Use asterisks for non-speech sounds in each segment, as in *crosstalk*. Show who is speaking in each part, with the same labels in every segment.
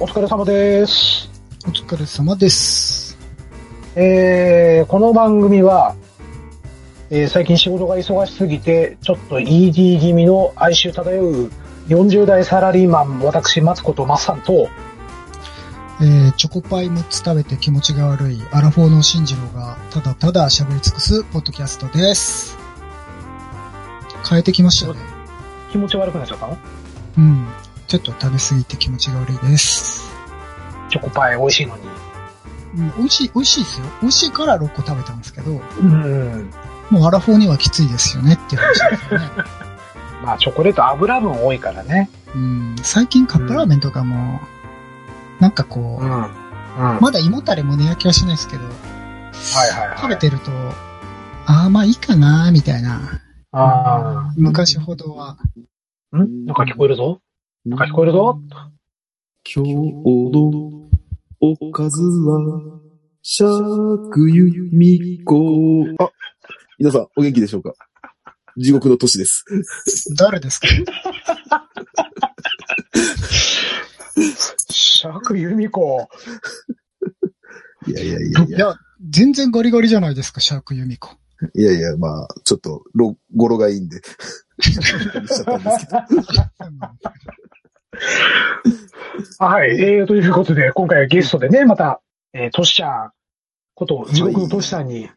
Speaker 1: お疲れ様です。
Speaker 2: お疲れ様です。
Speaker 1: えー、この番組は、えー最近仕事が忙しすぎて、ちょっと ED 気味の哀愁漂う40代サラリーマン、私、松子とマッさんと、
Speaker 2: えー、チョコパイ6つ食べて気持ちが悪いアラフォーの新次郎がただただ喋り尽くすポッドキャストです。変えてきましたね。
Speaker 1: 気持ち悪くなっちゃったの
Speaker 2: うん。ちょっと食べ過ぎて気持ちが悪いです。
Speaker 1: チョコパイ美味しいのに。
Speaker 2: うん、美味しい、美味しいですよ。美味しいから6個食べたんですけど、も
Speaker 1: うん。
Speaker 2: うアラフォーにはきついですよねっていう話ですよね。 *laughs*
Speaker 1: まあ、チョコレート油分多いからね。
Speaker 2: うん。最近カップラーメンとかも、なんかこう、
Speaker 1: ん。うん。はい
Speaker 2: まだ胃もたれ胸焼きはしないですけど、
Speaker 1: はいはい。
Speaker 2: 食べてると、ああ、まあいいかな、みたいな。
Speaker 1: あ
Speaker 2: 昔ほどは。
Speaker 1: あ。んなんか聞こえるぞなんか聞こえるぞ
Speaker 3: 今日のおかずは、シャークユミコ。あ、皆さん、お元気でしょうか地獄の都市です。
Speaker 2: 誰ですか
Speaker 1: 釈由美子。
Speaker 3: いやいやいやい
Speaker 2: い
Speaker 3: や、
Speaker 2: や、全然ガリガリじゃないですか、シャークユミコ。
Speaker 3: いやいや、まあ、ちょっと、ろ、語呂がいいん *laughs* で。しちゃったんですけど
Speaker 1: はい、えー、ということで、今回はゲストでね、また、えー、トシちゃんこと、地獄のトシさんに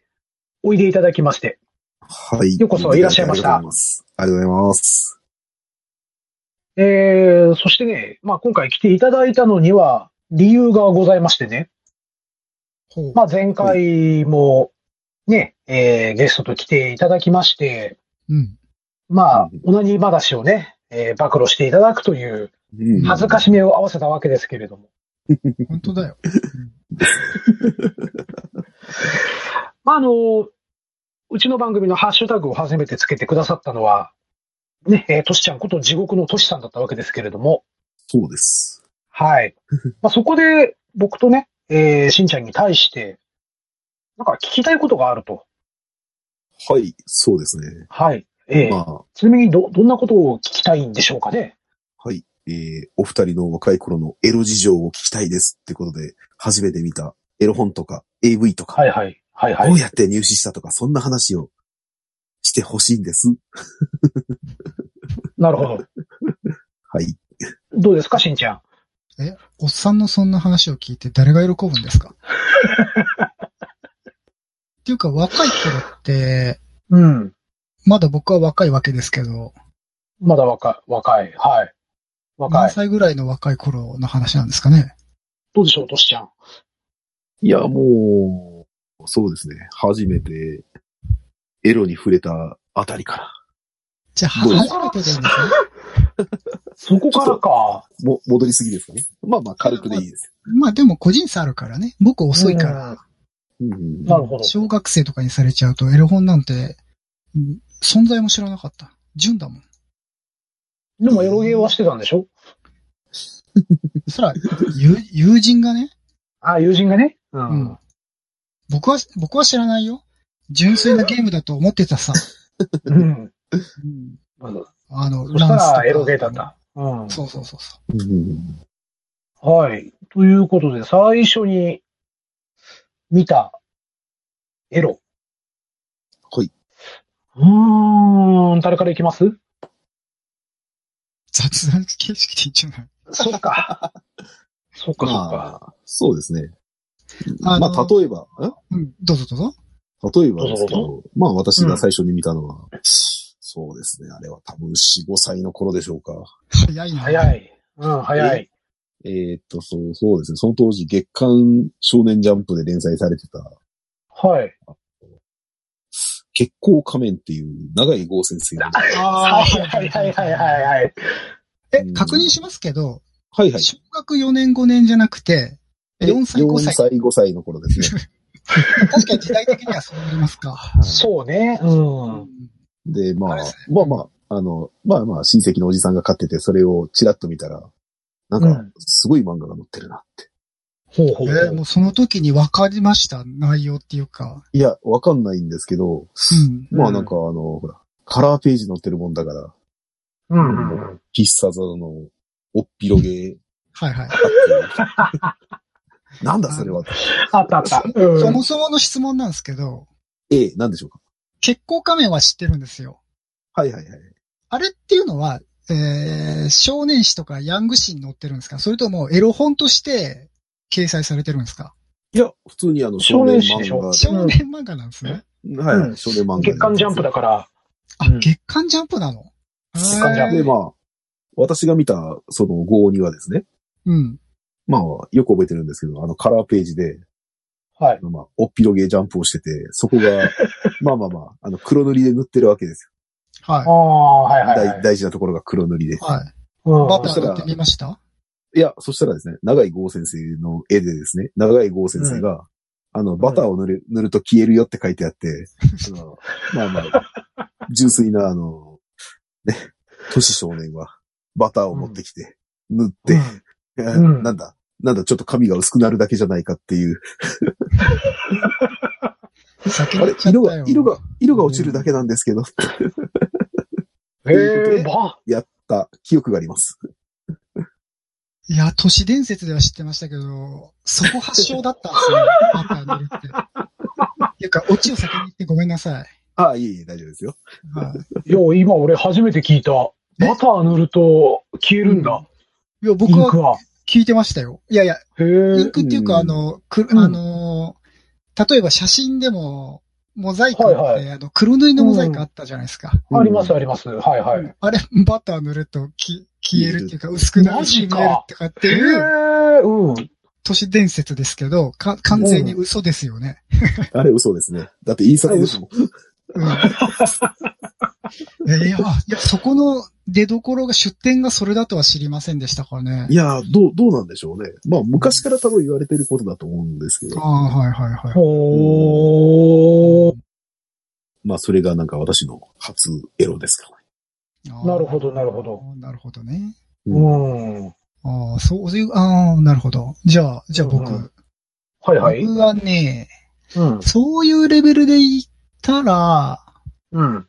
Speaker 1: おいでいただきまして、
Speaker 3: はい。
Speaker 1: ようこそいらっしゃいました
Speaker 3: ありがとうございます。ありがとうございます。
Speaker 1: えー、そしてね、まあ今回来ていただいたのには理由がございましてね、
Speaker 2: ほう。
Speaker 1: まあ前回もね、えー、ゲストと来ていただきまして、
Speaker 2: うん。
Speaker 1: まあ
Speaker 3: うん、
Speaker 1: オナニー話をね、えー、暴露していただくという、
Speaker 3: うん
Speaker 1: 恥ずかしめを合わせたわけですけれども。
Speaker 2: 本当だよ。
Speaker 1: まあ、あの、うちの番組のハッシュタグを初めてつけてくださったのは、ね、えー、トシちゃんこと地獄のトシさんだったわけですけれども、
Speaker 3: そうです。
Speaker 2: *laughs*
Speaker 1: はい。まあ、そこで僕とね、えー、しんちゃんに対して、なんか聞きたいことがあると。
Speaker 3: はい、そうですね。
Speaker 1: はい。えー
Speaker 3: まあ、
Speaker 1: ちなみにど、どんなことを聞きたいんでしょうかね。
Speaker 3: はい。えー、お二人の若い頃のエロ事情を聞きたいですってことで、初めて見たエロ本とか AV とか、
Speaker 1: はいはい。はいは
Speaker 3: どう
Speaker 1: い。
Speaker 3: やって入試したとか、そんな話をしてほしいんです。
Speaker 1: なるほど。
Speaker 3: はい。
Speaker 1: どうですか、しんちゃん。
Speaker 2: おっさんのそんな話を聞いて誰が喜ぶんですかっていうか、若い頃って、
Speaker 1: うん。
Speaker 2: まだ僕は若いわけですけど、
Speaker 1: まだ若い、若い。はい。若
Speaker 2: 何
Speaker 1: い。
Speaker 2: 歳ぐらいの若い頃の話なんですかね。
Speaker 1: どうでしょう、トシちゃん。
Speaker 3: いや、もう、そうですね。初めて、エロに触れたあたりから。
Speaker 2: じゃあ、
Speaker 3: どう
Speaker 2: 初めてでいいんですね。
Speaker 1: そこからか。
Speaker 3: も、戻りすぎですかね。まあまあ、軽くでいいです。
Speaker 2: まあでも個人差あるからね。僕遅いから。
Speaker 1: ら。
Speaker 3: うんうん
Speaker 1: なるほど。
Speaker 2: 小学生とかにされちゃうと、エロ本なんて、うん存在も知らなかった。純だもん。
Speaker 1: でもエロゲーはしてたんでしょ
Speaker 2: そら、 *laughs* 友友人がね、
Speaker 1: あ、友人がね。う
Speaker 2: う。ん。僕は、僕は知らないよ。純粋なゲームだと思ってたさ。
Speaker 1: うん。
Speaker 2: あの、
Speaker 1: そした
Speaker 2: ランスと
Speaker 1: ら
Speaker 2: か
Speaker 1: エロゲーだっ。た。うん。
Speaker 2: そうそうそうそ
Speaker 3: うんうん
Speaker 1: はい。ということで、最初に見たエロ。
Speaker 3: はい。
Speaker 1: うーん、誰からいきます
Speaker 2: う。雑談形式でいいんじゃない
Speaker 1: そっか。 *laughs* そっか、そっか。
Speaker 3: まあ、そうですね。
Speaker 2: あの
Speaker 3: まあ、例えば、ん
Speaker 2: うん、どうぞどうぞ。
Speaker 3: 例えばですけ
Speaker 1: どうぞ
Speaker 3: ど、まあ私が最初に見たのは、そうですね、あれは多分4、5歳の頃でしょうか。
Speaker 2: 早いな。
Speaker 1: 早
Speaker 2: い。
Speaker 1: い。うん、早い。
Speaker 3: えーっと、そう、そうですね、その当時月刊少年ジャンプで連載されてた、
Speaker 1: はい。
Speaker 3: 結構仮面っていう長井剛先生の。
Speaker 1: は
Speaker 2: あ
Speaker 1: い、はい、はい、はい、はい。はい
Speaker 2: え、確認しますけど、
Speaker 3: はいはい。
Speaker 2: 小学4年5年じゃなくて、4歳5歳
Speaker 3: 4。歳、5歳の頃で
Speaker 1: *laughs*
Speaker 3: すね。
Speaker 2: 確かに時代的にはそうなりますか。
Speaker 1: そうね。うん。
Speaker 3: で、まあ
Speaker 2: あれです、
Speaker 3: まあまあ、あの、まあまあ、親戚のおじさんが飼ってて、それをチラッと見たら、なん
Speaker 1: う
Speaker 3: か
Speaker 1: ん、
Speaker 3: すごい漫画が載ってるなって。
Speaker 1: ほうほうほ
Speaker 2: えーも
Speaker 1: う。
Speaker 2: うその時に分かりました、内容っていうか。
Speaker 3: いや、わかんないんですけど、
Speaker 2: うん。
Speaker 3: まあなんかあの、ほら、カラーページ載ってるもんだから、
Speaker 1: うんうんうん。
Speaker 3: 必殺技の、おっぴろげ
Speaker 2: はいは
Speaker 1: *laughs*
Speaker 2: い。
Speaker 3: なんだそれは。
Speaker 1: あったあった。うん
Speaker 2: そもそもの質問なんですけど、
Speaker 3: ええ、なんでしょうか。
Speaker 2: 血行仮面は知ってるんですよ。
Speaker 3: はいはいはい。
Speaker 2: あれっていうのは、えー、少年誌とかヤング誌に載ってるんですかそれともエロ本として掲載されてるんですか
Speaker 3: いや、普通にあの、少年
Speaker 1: 少年誌でしょ
Speaker 3: 漫画
Speaker 2: 少年漫画なんですね。
Speaker 3: で。はいはい、少年漫画で。
Speaker 1: 月刊ジャンプだから、
Speaker 2: あ、
Speaker 1: うん
Speaker 2: 月刊ジャンプなの
Speaker 1: 月刊ジャンプ
Speaker 2: へ
Speaker 3: で、
Speaker 2: ー
Speaker 3: まあ、私が見た、その、豪にはですね、
Speaker 2: うん。
Speaker 3: まあ、よく覚えてるんですけど、あの、カラーページで、
Speaker 1: はい。
Speaker 3: まあ、おっぴろげジャンプをしてて、そこが、まあまあまあ、あの、黒塗りで塗ってるわけです
Speaker 1: あ
Speaker 2: は
Speaker 1: あ、はいはい
Speaker 3: よ。
Speaker 1: は
Speaker 3: 大
Speaker 1: い。
Speaker 3: 大事なところが黒塗りで
Speaker 2: い。。はい。
Speaker 1: うん
Speaker 2: バッ
Speaker 3: そ
Speaker 2: タ
Speaker 3: した
Speaker 2: ー
Speaker 3: ら
Speaker 2: やってみました
Speaker 3: いや、そしたらですね、長井剛先生の絵でですね、長井剛先生が、あの、バターを塗る、塗ると消えるよって書いてあって、あのまあまあ、純粋な、あの、ね、都市少年は、バターを持ってきて、塗って、
Speaker 1: んうん
Speaker 3: なんだ、なんだ、ちょっと髪が薄くなるだけじゃないかっていう、
Speaker 2: 先に言っちゃ
Speaker 3: あれ
Speaker 2: った
Speaker 3: 色
Speaker 2: よ。
Speaker 3: が、色が、色が落ちるだけなんですけど、
Speaker 1: へえ、ば、
Speaker 3: やった記憶があります。
Speaker 2: いや、都市伝説では知ってましたけど、そこ発祥だったん
Speaker 1: *laughs*
Speaker 2: ですね。バター塗るって。っていうか、オチを先に言ってごめんなさい。
Speaker 3: ああ、いえいえ、大丈夫ですよ。
Speaker 2: はい
Speaker 1: や、今俺初めて聞いた。バター塗ると消えるんだ、
Speaker 2: い。いや、
Speaker 1: イ
Speaker 2: 僕
Speaker 1: ンク
Speaker 2: は
Speaker 1: は。
Speaker 2: 聞いてましたよ。いやいや、
Speaker 1: へ
Speaker 2: イ
Speaker 1: え
Speaker 2: ン。クっていうか、
Speaker 3: うん
Speaker 2: あの、く
Speaker 1: うん
Speaker 2: あの、例えば写真でも、モザイクって、
Speaker 1: はいはい
Speaker 2: あの、黒塗りのモザイクあったじゃないですか。
Speaker 1: あります
Speaker 3: うん
Speaker 1: あります。はいはい。
Speaker 2: あれ、バター塗るとき消えるっていうか、薄くな
Speaker 1: マ
Speaker 2: る
Speaker 1: ジか
Speaker 2: 消えるとかって
Speaker 1: へえ
Speaker 2: いう、、
Speaker 1: うん。
Speaker 2: 都市伝説ですけど、か完全に嘘ですよね。
Speaker 3: あれ嘘ですね。だって印刷ですもん。
Speaker 1: *laughs*
Speaker 2: うんいや、いやそこの出所が、出店がそれだとは知りませんでしたからね
Speaker 3: い。やー、どう、どうなんでしょうね。まあ、昔から多分言われてることだと思うんですけ
Speaker 2: あ
Speaker 3: ど、
Speaker 2: あ、はいはいはい。
Speaker 1: ほー。
Speaker 3: まあ、それがなんか私の初エロですか
Speaker 2: ああ
Speaker 1: なるほどなるほど。
Speaker 2: なるほどね。
Speaker 3: ら、ね。
Speaker 1: うん。は
Speaker 2: ああ、そういう、ああ、なるほど。じゃあ、じゃあ僕。
Speaker 1: うんいはい。
Speaker 2: 僕はね、
Speaker 1: うん。
Speaker 2: そういうレベルで言ったら、
Speaker 1: うん。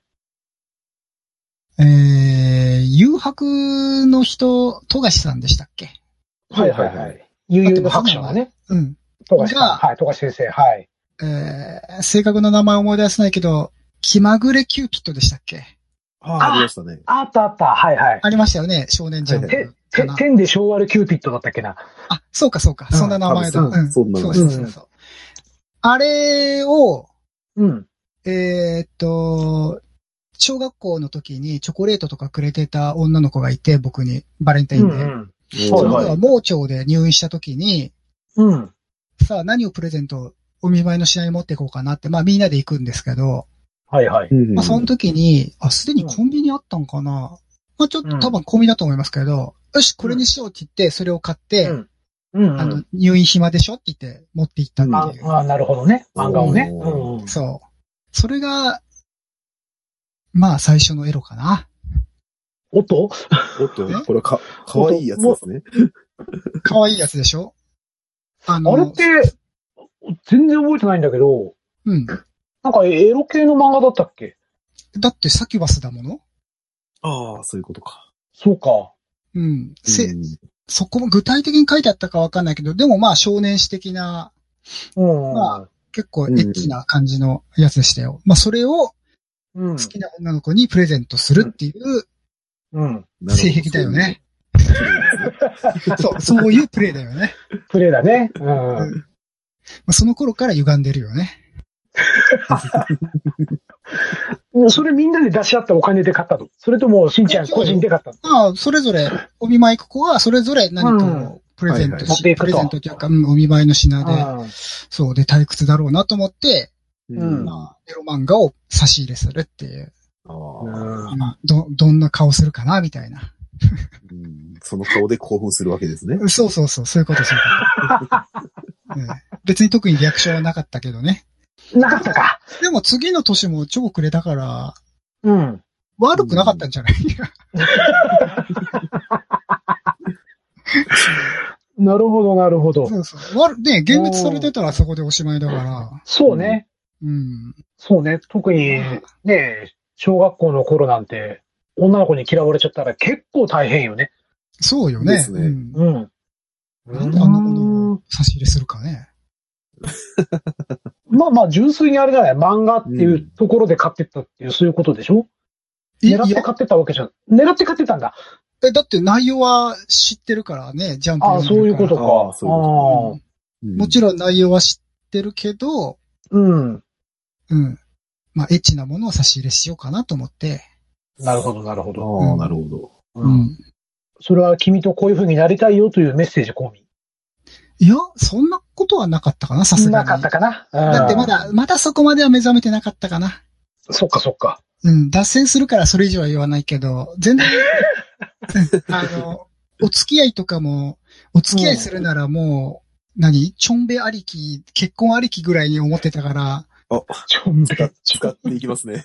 Speaker 2: えー、誘白の人、富樫さんでしたっけ
Speaker 1: はいはいはい。悠々の白書のね。
Speaker 2: うん。
Speaker 1: 富樫
Speaker 2: じゃ
Speaker 1: さん。
Speaker 2: あ
Speaker 1: はい、富樫先生。はい。
Speaker 2: えー、正確な名前思い出せないけど、気まぐれキューピットでしたっけ
Speaker 3: ああ、ありましたね。
Speaker 1: あったあった。はいはい。
Speaker 2: ありましたよね、少年ジャン
Speaker 1: て
Speaker 2: プ、か
Speaker 1: て
Speaker 2: な、。
Speaker 1: 天で昭和のキューピットだったっけな。
Speaker 2: あ、そうかそうか、
Speaker 1: うん
Speaker 2: そんな名前だ。
Speaker 3: 多分
Speaker 2: うん。
Speaker 3: そんな名
Speaker 2: そう
Speaker 3: 前
Speaker 2: そうそうそう。あれを、
Speaker 1: うん。
Speaker 2: えーっと、小学校の時にチョコレートとかくれてた女の子がいて、僕に、バレンタイ
Speaker 1: う
Speaker 2: ンで。
Speaker 1: ん
Speaker 2: その
Speaker 1: は
Speaker 2: 子
Speaker 1: いは
Speaker 2: が盲腸で入院した時に、
Speaker 1: うん。うん。
Speaker 2: さあ何をプレゼント、お見舞いの品に持っていこうかなって、まあみんなで行くんですけど、
Speaker 1: はいはい。
Speaker 3: うん
Speaker 2: まあその時に、あ、すでにコンビニあったんかなまあちょっ
Speaker 1: う
Speaker 2: と
Speaker 1: ん
Speaker 2: 多分コンビニだと思いますけど、よし、これにしようって言って、それを買って、
Speaker 1: うんうん。
Speaker 2: あの、入院暇でしょって言って持って行ったっていう。
Speaker 1: ああ、なるほどね。漫画をね。う
Speaker 3: おー
Speaker 1: んうん。
Speaker 2: そう。それが、まあ最初のエロかな。
Speaker 1: おっと
Speaker 3: おっと、これはか、かわいいやつですね。
Speaker 2: 可愛いやつでしょあの、
Speaker 1: あれって、全然覚えてないんだけど、
Speaker 2: うん。
Speaker 1: なんかエロ系の漫画だったっけ
Speaker 2: だってサキュバスだもの
Speaker 3: ああ、そういうことか。
Speaker 1: そうか。
Speaker 2: うん。せ、
Speaker 3: うん
Speaker 2: そこも具体的に書いてあったかわかんないけど、でもまあ少年誌的な、
Speaker 1: うん。
Speaker 2: ま結構エッチな感じのやつでしたよ。まあそれを
Speaker 1: うん
Speaker 2: 好。きな女の子にプレゼントするっていう
Speaker 1: うん。
Speaker 3: なるほど
Speaker 2: 性癖だよね。
Speaker 3: そうですね
Speaker 2: そう、そういうプレイだよね。
Speaker 1: プレイだね。う
Speaker 2: う
Speaker 1: ん。
Speaker 2: んまあその頃から歪んでるよね。
Speaker 1: もうそれみんなで出し合ったお金で買ったの。それとも、しんちゃん個人で買ったの。
Speaker 2: まあ、それぞれ、お見舞い行く子は、それぞれ何かをプレゼント
Speaker 3: うんはい
Speaker 1: はい
Speaker 2: し、プレゼントというか、うん、お見舞いの品で、
Speaker 1: うん
Speaker 2: そうで退屈だろうなと思って、
Speaker 1: うん
Speaker 2: まあ、エロ漫画を差し入れするっていう、
Speaker 3: ああ
Speaker 2: まあど、どんな顔するかな、みたいな。
Speaker 3: うんその顔で興奮するわけですね。
Speaker 2: そうそうそう、そういうこと、そういうこと *laughs* ええ。別に特にリアクションはなかったけどね。
Speaker 1: なかったか。
Speaker 2: でも次の年も超くれたから、
Speaker 1: うん。
Speaker 2: 悪くなかったんじゃない、
Speaker 1: なるほど、なるほど。
Speaker 2: そうそう。悪、ね、現物されてたらそこでおしまいだから。
Speaker 1: そうね。
Speaker 2: うん。
Speaker 1: そうね。特に、ね、小学校の頃なんて、女の子に嫌われちゃったら結構大変よね。
Speaker 2: そうよね。
Speaker 3: ですね
Speaker 2: うん
Speaker 1: うん。
Speaker 2: なんであんなものを差し入れするかね。
Speaker 1: まあまあ、純粋にあれじゃない、漫画っていうところで買ってったっていう、そういうことでしょ
Speaker 2: い
Speaker 1: 狙って買ってたわけじゃん。狙って買ってたんだ。
Speaker 2: えだって内容は知ってるからね、ジャンプ
Speaker 1: ああ、そ
Speaker 2: 読ん
Speaker 1: うい
Speaker 2: でる
Speaker 1: う
Speaker 2: から
Speaker 1: ことか。
Speaker 3: ああそういう
Speaker 2: こもち
Speaker 3: ろん。
Speaker 2: ろん内容は知ってるけ
Speaker 1: あ
Speaker 2: ど、
Speaker 1: あうん。
Speaker 2: うん。まあ、エッチなものを差し入れしようかなと思って。
Speaker 1: なるほど、なるほど。
Speaker 3: ああ、なるほど。
Speaker 1: う。
Speaker 2: うんん。
Speaker 1: それは君とこういう風になりたいよというメッセージ込み。
Speaker 2: いや、そんなことはなかったかな、さす
Speaker 1: な
Speaker 2: がに。
Speaker 1: かったかな。うん
Speaker 2: だってま。だ、まだそこまでは目覚めてなかったかな。
Speaker 1: そっかそっ
Speaker 2: *laughs*
Speaker 1: か。
Speaker 2: うん、脱線するからそれ以上は言わないけど、全然、あの、お付き合いとかも、お付き合いするならもう、何ちょんべありき、結婚ありきぐらいに思ってたから、
Speaker 1: ちょんべ
Speaker 3: 使っ使っていきますね。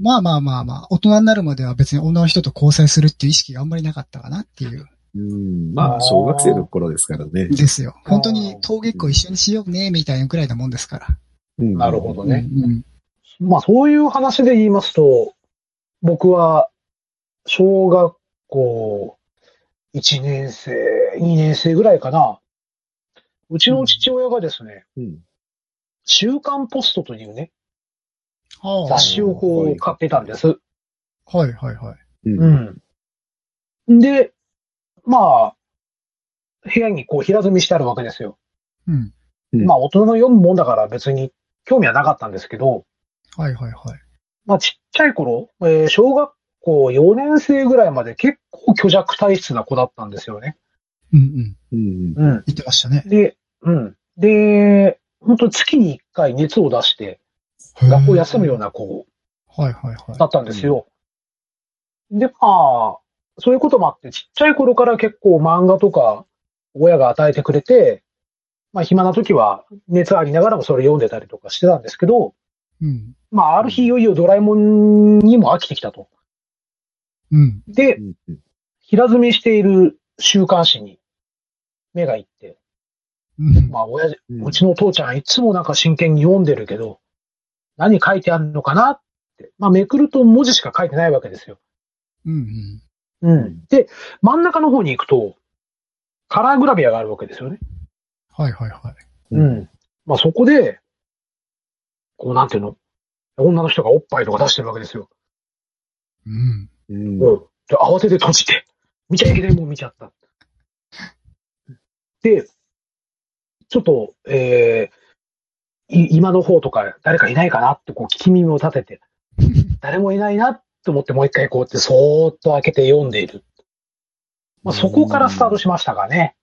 Speaker 2: まあまあまあまあ、大人になるまでは別に女の人と交際するっていう意識があんまりなかったかなっていう、
Speaker 3: うん。まあ、小学生の頃ですからね。
Speaker 2: ですよ。本当に登月湖一緒にしようね、みたいなぐらいなもんですから。
Speaker 3: うん
Speaker 1: *laughs* なるほど
Speaker 2: うんう
Speaker 1: ね。
Speaker 2: ん。
Speaker 1: まあそういう話で言いますと、僕は、小学校1年生、2年生ぐらいかな。うちの父親がですね、
Speaker 3: うん。
Speaker 1: 週刊ポストというね、
Speaker 2: は
Speaker 1: 雑誌をこう買ってたんです。
Speaker 2: あ、はいはいはい。
Speaker 3: う。
Speaker 1: うんん。で、まあ、部屋にこう平積みしてあるわけですよ。
Speaker 2: うん。
Speaker 3: うん
Speaker 1: まあ大人の読むもんだから別に興味はなかったんですけど、
Speaker 2: はいはいはい。
Speaker 1: まあ、ちっちゃい頃、えー小学校4年生ぐらいまで結構虚弱体質な子だったんですよね。
Speaker 2: うんうん。
Speaker 3: うん。
Speaker 1: うん。
Speaker 2: 言ってましたね。
Speaker 1: で、うん。で、本当月に1回熱を出して、学校休むような子
Speaker 2: はいはいはい。
Speaker 1: だったんですよ。で、まあ、そういうこともあって、ちっちゃい頃から結構漫画とか親が与えてくれて、まあ暇な時は熱ありながらもそれ読んでたりとかしてたんですけど、
Speaker 2: うん。
Speaker 1: まあある日いよいよドラえもんにも飽きてきたと。
Speaker 2: うん。
Speaker 1: で、
Speaker 3: うん
Speaker 1: 平積みしている週刊誌に目がいって、
Speaker 2: うん
Speaker 1: まあ、親父、
Speaker 3: うん
Speaker 1: うちの父ちゃんいつもなんか真剣に読んでるけど、何書いてあるのかなって、まあ、めくると文字しか書いてないわけですよ。
Speaker 2: うん。
Speaker 1: うんで、真ん中の方に行くと、カラーグラビアがあるわけですよね。
Speaker 2: はいはいはい。
Speaker 3: うん
Speaker 1: ん。まあ、そこで、こう、なんていうの女の人がおっぱいとか出してるわけですよ。
Speaker 2: うん。
Speaker 3: うん
Speaker 1: うん。で、慌てて閉じて、見ちゃいけないもん見ちゃった。で、ちょっと、えー、い今の方とか誰かいないかなってこう聞き耳を立てて、誰もいないなと思ってもう一回こうやってそーっと開けて読んでいる。まあ、そこからスタートしましたがね。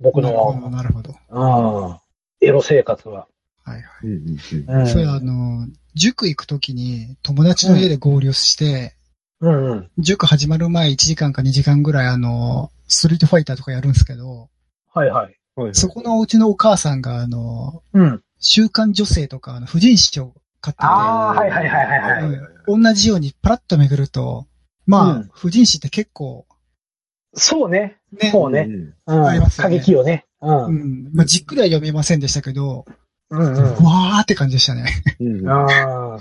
Speaker 1: 僕
Speaker 2: なるほど、
Speaker 1: の、
Speaker 2: なるほど。
Speaker 1: うん、エロ生活は。
Speaker 2: はいはい。
Speaker 3: うんうんうん
Speaker 1: うん
Speaker 2: そういや、あの、塾行くときに友達の家で合流して、
Speaker 1: うんうん。
Speaker 2: 塾始まる前1時間か2時間ぐらい、あの、ストリートファイターとかやるんですけど、
Speaker 1: はいはい。
Speaker 3: はいはい
Speaker 2: そこのうちのお母さんが、あの、
Speaker 1: うん。
Speaker 2: 週刊女性とか、あの、婦人誌を買ってて
Speaker 1: あーはいはいはいはい
Speaker 2: はい同じようにパラッとめぐると、まあ、
Speaker 1: うん
Speaker 2: 婦人誌って結構、
Speaker 1: そうね。
Speaker 2: ね、
Speaker 1: そうね。うん。
Speaker 2: ありますよ
Speaker 1: 過
Speaker 2: ね
Speaker 1: 激よね。うん。
Speaker 2: う
Speaker 1: うん
Speaker 2: ん、まあ、じっくりは読めませんでしたけど、
Speaker 1: うん。
Speaker 2: わーって感じでしたね。
Speaker 3: うんうん
Speaker 1: ああ。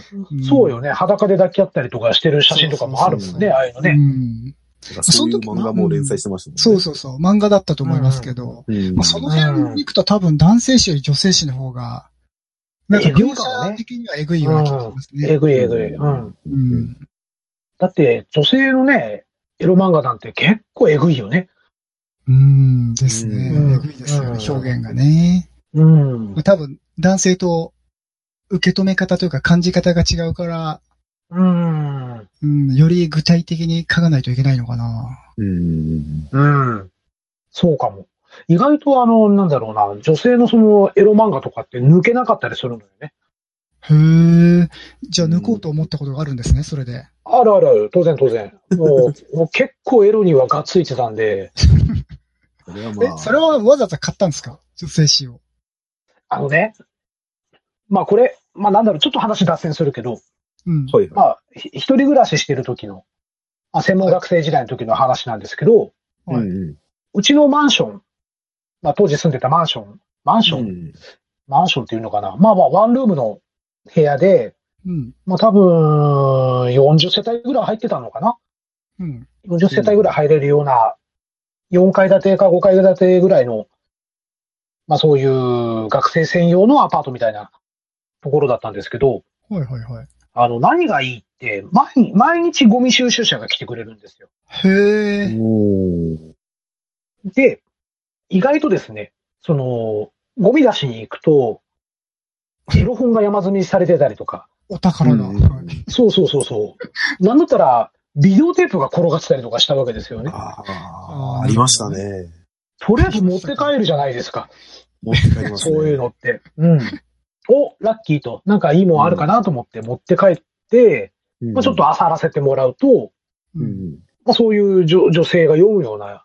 Speaker 1: そうよね。裸で抱き合ったりとかしてる写真とかもあるも
Speaker 2: そ
Speaker 1: ん
Speaker 2: うそう
Speaker 1: ね、
Speaker 2: そう
Speaker 1: ああいうの
Speaker 2: う
Speaker 1: ね。
Speaker 2: ん。
Speaker 3: そういう漫画も連載してましたもんね。
Speaker 2: そうそうそう。漫画だったと思いますけど、
Speaker 3: うん。
Speaker 2: まあ、その辺に行くと多分男性誌より女性誌の方が、なんか
Speaker 1: うん
Speaker 2: 描写的にはえぐいような気がします
Speaker 1: え
Speaker 2: ね。
Speaker 1: ぐいえぐい。うん。
Speaker 2: う。
Speaker 3: うん
Speaker 1: だって、女性のね、エロ漫画なんて結構えぐいよね。
Speaker 2: うん、ですね。
Speaker 1: うん
Speaker 2: えぐいですよね、
Speaker 1: うん
Speaker 2: 表現がね。
Speaker 1: うん
Speaker 2: まあ、。多分男性と受け止め方というか感じ方が違うから、
Speaker 1: うん。
Speaker 2: うん、より具体的に書かないといけないのかな。
Speaker 3: うん。
Speaker 1: うん。そうかも。意外とあの、なんだろうな、女性のそのエロ漫画とかって抜けなかったりするのよね。
Speaker 2: へえ。じゃあ抜こうと思ったことがあるんですね、それで。
Speaker 1: あるあるある。当然当然。もう、も *laughs* う結構エロにはがっついてたんで、
Speaker 3: それは
Speaker 2: え
Speaker 3: まあ。、
Speaker 2: それはわざわざ買ったんですか女性誌を。
Speaker 1: あのね、まあこれ、まあなんだろう、ちょっと話脱線するけど、
Speaker 2: うん。
Speaker 3: はい
Speaker 1: まあ、ひ一人暮らししてる時の、あ専門学生時代の時の話なんですけど、
Speaker 3: はい。うん
Speaker 1: うちのマンション、まあ当時住んでたマンション、マンション、
Speaker 3: うん。
Speaker 1: マンションっていうのかな。まあまあ、ワンルームの部屋で、
Speaker 2: うん。
Speaker 1: まあ多分、40世帯ぐらい入ってたのかな。
Speaker 2: うん。
Speaker 1: 40世帯ぐらい入れるような、4階建てか5階建てぐらいの、まあそういう学生専用のアパートみたいなところだったんですけど、
Speaker 2: はいはいはい。
Speaker 1: あの、何がいいって、毎毎日ゴミ収集車が来てくれるんですよ。
Speaker 2: へえ。
Speaker 3: おー
Speaker 1: で、意外とですね、その、ゴミ出しに行くと、エロ本が山積みされてたりとか、
Speaker 2: お宝が。
Speaker 3: う
Speaker 2: は
Speaker 3: ん
Speaker 2: い
Speaker 1: そうそうそうそう。なんだったら、ビデオテープが転がってたりとかしたわけですよね。
Speaker 3: あ
Speaker 2: あー
Speaker 3: あ、ありましたね。
Speaker 1: とりあえず持って帰るじゃないですか。
Speaker 3: 持って帰りますね。
Speaker 1: そういうのって。うん。お、ラッキーと、なんかいいもんあるかなと思って持って帰って、
Speaker 3: うん。
Speaker 1: まあちょっと漁らせてもらうと、
Speaker 2: う。
Speaker 3: うんん。
Speaker 1: まあそういう女女性が読むような、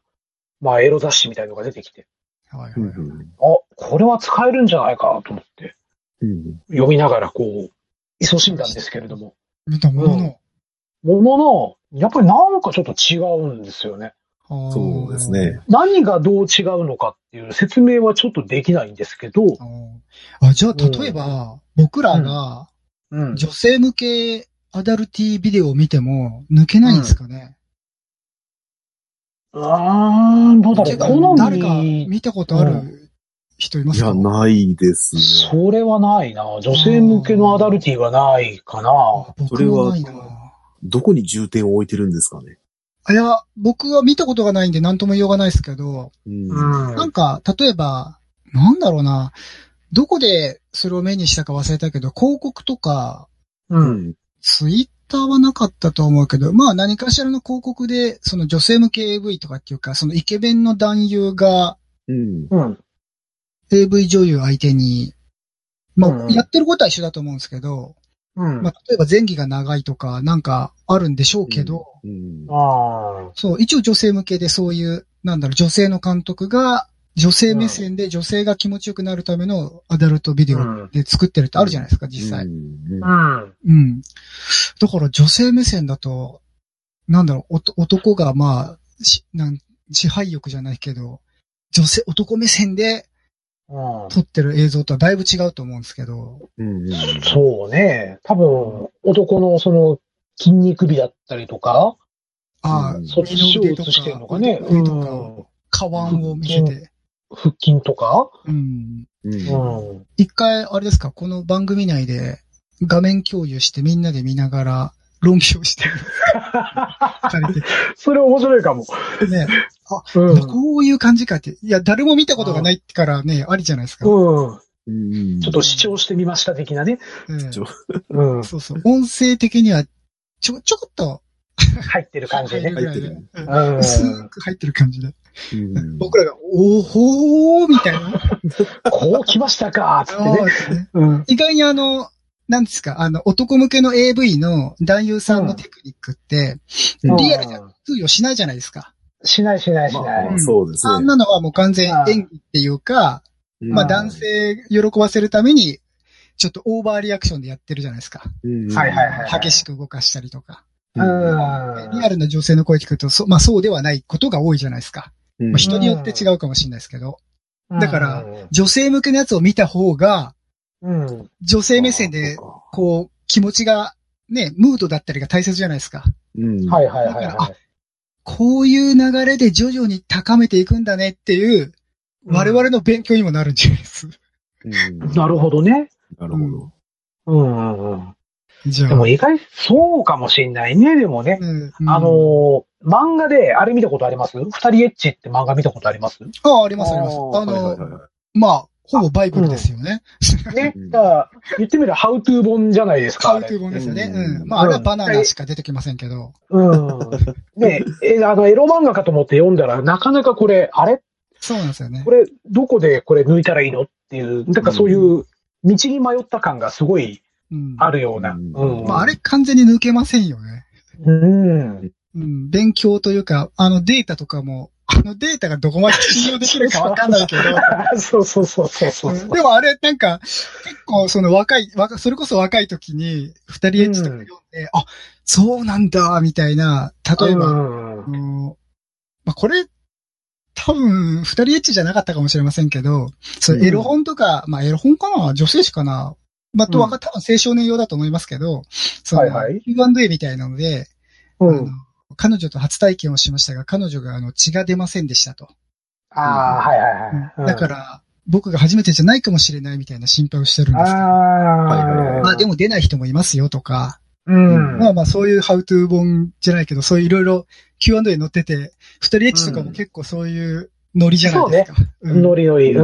Speaker 1: まあエロ雑誌みたいのが出てきて、
Speaker 2: はいは
Speaker 3: う
Speaker 2: い
Speaker 3: ん。う
Speaker 2: はい。
Speaker 3: ん。
Speaker 1: あ、これは使えるんじゃないかと思って、
Speaker 3: うん。
Speaker 1: 読みながらこう、勤しんだんですけれども。
Speaker 2: 見たもの
Speaker 1: ものの、やっぱりなんかちょっと違うんですよね。
Speaker 2: の。あー
Speaker 3: そうです。ね。
Speaker 1: 何がどう違うのかっていう説明はちょっとできないんですけど、
Speaker 2: あーあ、じゃあ例えば、僕らが
Speaker 1: うん
Speaker 2: 女性向けアダルティビデオを見ても抜けないんですかね、
Speaker 1: あー、どうだ
Speaker 2: てか
Speaker 1: ろう。好
Speaker 2: 誰か
Speaker 1: み、
Speaker 2: 見たことあ
Speaker 1: う
Speaker 2: る人いま
Speaker 3: い
Speaker 2: すか
Speaker 3: や、ないですね。
Speaker 1: それはないな。女性向けのアダルティはないかな。
Speaker 2: あ僕もないな
Speaker 3: それどこに重点を置いてるんですかね。
Speaker 2: あいや、僕は見たことがないんで何とも言いようがないですけど、
Speaker 3: うん。
Speaker 1: う
Speaker 2: なんんか、例えば、なんだろうな、どこでそれを目にしたか忘れたけど、広告とか、
Speaker 1: う。
Speaker 3: うんん。
Speaker 2: ツイッターはなかったと思うけど、まあ何かしらの広告で、その女性向け AV とかっていうか、そのイケメンの男優が
Speaker 3: うん。
Speaker 1: うん。
Speaker 2: AV 女優相手に、
Speaker 1: うん
Speaker 2: ま
Speaker 1: う
Speaker 2: あ
Speaker 1: ん
Speaker 2: やってることは一緒だと思うんですけど、
Speaker 1: うん。
Speaker 2: まあ例えば前期が長いとかなんかあるんでしょうけど、
Speaker 3: うん。
Speaker 1: あ
Speaker 2: そう、一応女性向けでそういう、なんだろう、女性の監督が、女性目線で女性が気持ちよくなるためのアダルトビデ
Speaker 1: う
Speaker 2: オ
Speaker 1: ん
Speaker 2: で作ってるってあるじゃないですか、実際。
Speaker 3: うん。
Speaker 1: ー。うん。
Speaker 2: うん。だから女性目線だと、なんだろう、おと男がまあ、しなん支配欲じゃないけど、女性、男目線で
Speaker 1: うん。
Speaker 2: 撮ってる映像とはだいぶ違うと思うんですけど、
Speaker 3: うん。うん
Speaker 1: そうね。多分、男のその、筋肉美だったりとか、
Speaker 2: ああ、
Speaker 3: うん
Speaker 1: そっちを映してるのかね。
Speaker 2: 二の腕とか
Speaker 1: うん
Speaker 2: カワンを見せて、
Speaker 1: 腹筋とか
Speaker 2: うん。
Speaker 3: うん。
Speaker 1: うん。
Speaker 2: 一回、あれですか、この番組内で画面共有してみんなで見ながら論議
Speaker 1: *laughs*
Speaker 2: をしてる二人
Speaker 1: それ面白いかも。
Speaker 2: でね。
Speaker 1: うん。
Speaker 2: こういう感じかって。いや、誰も見たことがないからね、ありじゃないですか。
Speaker 1: うん。
Speaker 3: うん。
Speaker 1: ちょっと視聴してみました的なね。
Speaker 2: ええ
Speaker 3: ちょ
Speaker 1: うん。
Speaker 2: そうそう。音声的には、ちょ、ちょこっと
Speaker 1: 入ってる感じ
Speaker 2: 入
Speaker 1: で
Speaker 2: る
Speaker 1: ね。
Speaker 2: ぐらいで。
Speaker 3: 入っ
Speaker 2: う
Speaker 1: う
Speaker 2: ん
Speaker 1: ん。
Speaker 2: 薄く入ってる感じで。
Speaker 3: うん
Speaker 2: 僕らが、おーほーみたいな。
Speaker 1: こう来ましたかつって
Speaker 2: あ
Speaker 1: ね。
Speaker 2: ーね
Speaker 1: うん。
Speaker 2: 意外にあの、なんですか、あの、男向けの AV の男優さんのテクニックって、リアルじゃ
Speaker 1: うん
Speaker 2: 通用しないじゃないですか。
Speaker 1: しないしないし
Speaker 3: まあ
Speaker 1: ない。
Speaker 3: まあ、そうです
Speaker 2: あん
Speaker 3: ね。
Speaker 2: なのはもう完全演技っていうか、
Speaker 3: うん
Speaker 2: まあ男。性喜ばせるために、ちょっとオーバーリアクションでやってるじゃないですか。
Speaker 3: うん
Speaker 1: はいはいはい
Speaker 2: 激しく動かしたりとか。
Speaker 1: うん
Speaker 2: リアルな女性の声聞くと、そまあそうではないことが多いじゃないですか。
Speaker 3: うん
Speaker 2: まあ、人によって違うかもしれないですけど、だから
Speaker 1: うん
Speaker 2: 女性向けのやつを見た方が、
Speaker 1: うん。
Speaker 2: 女性目線で、こう、気持ちが、ね、ムードだったりが大切じゃないですか。
Speaker 3: うん。。
Speaker 1: はいいはいはい
Speaker 2: だか
Speaker 1: はい。
Speaker 2: こういう流れで徐々に高めていくんだねっていう、
Speaker 1: うん
Speaker 2: 我々の勉強にもなるんじゃないです。
Speaker 3: な
Speaker 1: なるほどね。
Speaker 3: るほど。
Speaker 1: うんうんうん。
Speaker 2: じゃ
Speaker 1: で
Speaker 2: あ。
Speaker 1: も意外、そうかもしんないね、でもね。
Speaker 2: うん
Speaker 1: あのー、漫画で、あれ見たことあります二人エッチって漫画見たことありますね。
Speaker 2: ああ、ありますあります。あ
Speaker 1: あ
Speaker 2: の
Speaker 1: ー
Speaker 3: はいはいはいはい
Speaker 2: まあ、ほぼバイブルですよね。
Speaker 3: うん
Speaker 1: だから、言ってみれば、ハウトゥー本じゃないですか。
Speaker 2: 買
Speaker 1: あ
Speaker 2: う
Speaker 1: れ
Speaker 2: というものですよね。
Speaker 3: うん
Speaker 2: うん。まあ、あれはバナナしか出てきませんけど。
Speaker 1: うん。ねえ、あの、エロ漫画かと思って読んだら、なかなかこれ、あれ
Speaker 2: そうなんですよね
Speaker 1: こ。れ、どこでこれ抜いたらいいのっていう、なんかそういう、道に迷った感がすごい
Speaker 2: うん。
Speaker 1: あるような。
Speaker 3: う
Speaker 1: うんん。
Speaker 2: まあ、あれ完全に抜けませんよね。
Speaker 1: うん。 *laughs*
Speaker 2: うん。勉強というか、あのデータとかも、あのデータがどこまで信用できるかわかんないけど。
Speaker 1: そうそうそうそうそう
Speaker 2: うんでもあれ、なんか、結構その若い、若、それこそ若い時に、二人エッチとか読んで、あ、そうなんだ、みたいな、例えば、
Speaker 1: ば
Speaker 2: あ。のまあ、これ、多分、二人エッチじゃなかったかもしれませんけど、そう
Speaker 3: うん
Speaker 2: エロ本とか、まあ、エロ本かな女性誌かなまあ、とわか、多分青少年用だと思いますけど、その、
Speaker 1: はいはい
Speaker 2: Q&A みたいなので、
Speaker 1: う
Speaker 2: あの
Speaker 1: ん。
Speaker 2: 彼女と初体験をしましたが、彼女があの血が出ませんでしたと。
Speaker 1: ああ、はいはいはい。うん
Speaker 2: だから、僕が初めてじゃないかもしれないみたいな心配をしてるんですけど。
Speaker 1: ああ、
Speaker 2: まあでも出ない人もいますよとか、
Speaker 1: うん。
Speaker 2: まあまあそういうハウトゥー本じゃないけど、そういういろいろ Q&A に載ってて、二人エッチとかも結構そういうノリじゃないですか。うん
Speaker 1: ノリノリ。う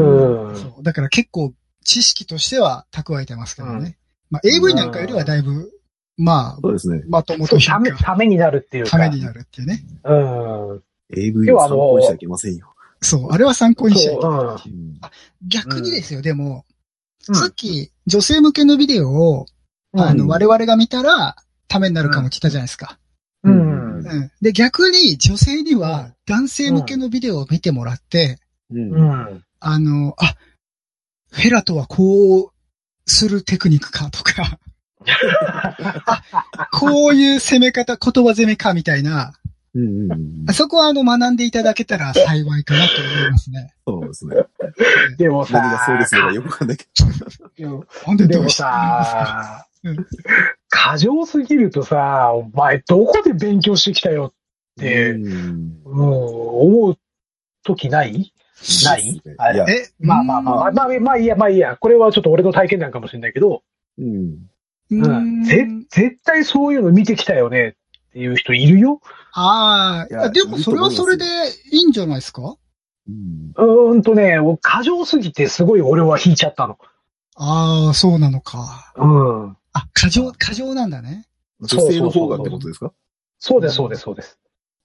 Speaker 1: ん。
Speaker 2: そうだから結構知識としては蓄えてますけどね。まあ AV なんかよりはだいぶ、まあ、
Speaker 3: そうですね。
Speaker 2: まとも
Speaker 1: そ
Speaker 2: と
Speaker 1: う、
Speaker 2: いう
Speaker 1: た
Speaker 2: か
Speaker 1: め、ためになるっていう
Speaker 2: た
Speaker 1: か。
Speaker 2: めになるっていうね。
Speaker 1: うん。
Speaker 3: AV
Speaker 1: 要
Speaker 3: を
Speaker 1: はあの
Speaker 3: 参考にしちゃいけませんよ。
Speaker 2: そう、あれは参考にしちゃいけない
Speaker 1: そう、
Speaker 3: うん
Speaker 2: 逆にですよ、でも、
Speaker 1: うん。
Speaker 2: さっき女性向けのビデオを、あ
Speaker 3: う
Speaker 2: の、
Speaker 3: ん
Speaker 2: 我々が見たら、ためになるかも来たじゃないですか。
Speaker 1: うん。
Speaker 2: うん。で、逆に女性には男性向けのビデオを見てもらって、
Speaker 3: うん。
Speaker 1: うん。
Speaker 2: あの、あ、フェラとはこうするテクニックかと
Speaker 1: *laughs*
Speaker 2: か、あこういう攻め方、言葉攻めかみたいな、
Speaker 3: うんうん。
Speaker 2: そこはあの学んでいただけたら幸いかなと思いますね。
Speaker 3: そうですね。
Speaker 1: でもさ、
Speaker 3: 何がそうですねかよくわかんないけ
Speaker 2: ほんで
Speaker 1: で
Speaker 2: ど
Speaker 1: も
Speaker 2: うした
Speaker 1: さ
Speaker 2: うん、
Speaker 1: 過剰すぎるとさ、お前どこで勉強してきたよっ
Speaker 3: ど。
Speaker 1: て、
Speaker 3: うん
Speaker 1: うん、思う時ないない
Speaker 3: そうですね
Speaker 1: あれ
Speaker 3: いや、
Speaker 2: え、
Speaker 1: まあまあまあまあ、まあ、まあいいや、まあいいや。これはちょっと俺の体験談かもしれないけど、
Speaker 3: うん。
Speaker 2: う
Speaker 1: うんん、ぜ絶対そういうの見てきたよねっていう人いるよ。
Speaker 2: あ
Speaker 3: いや
Speaker 2: あ、でもそれはそれでいいんじゃないですか
Speaker 3: うん。
Speaker 1: うーんとね、過剰すぎてすごい俺は引いちゃったの。
Speaker 2: ああ、そうなのか。
Speaker 1: うん。
Speaker 2: あ、過剰、過剰なんだね。
Speaker 1: そう
Speaker 3: 女性の方がってことですか
Speaker 1: そうです、そうです、そうです。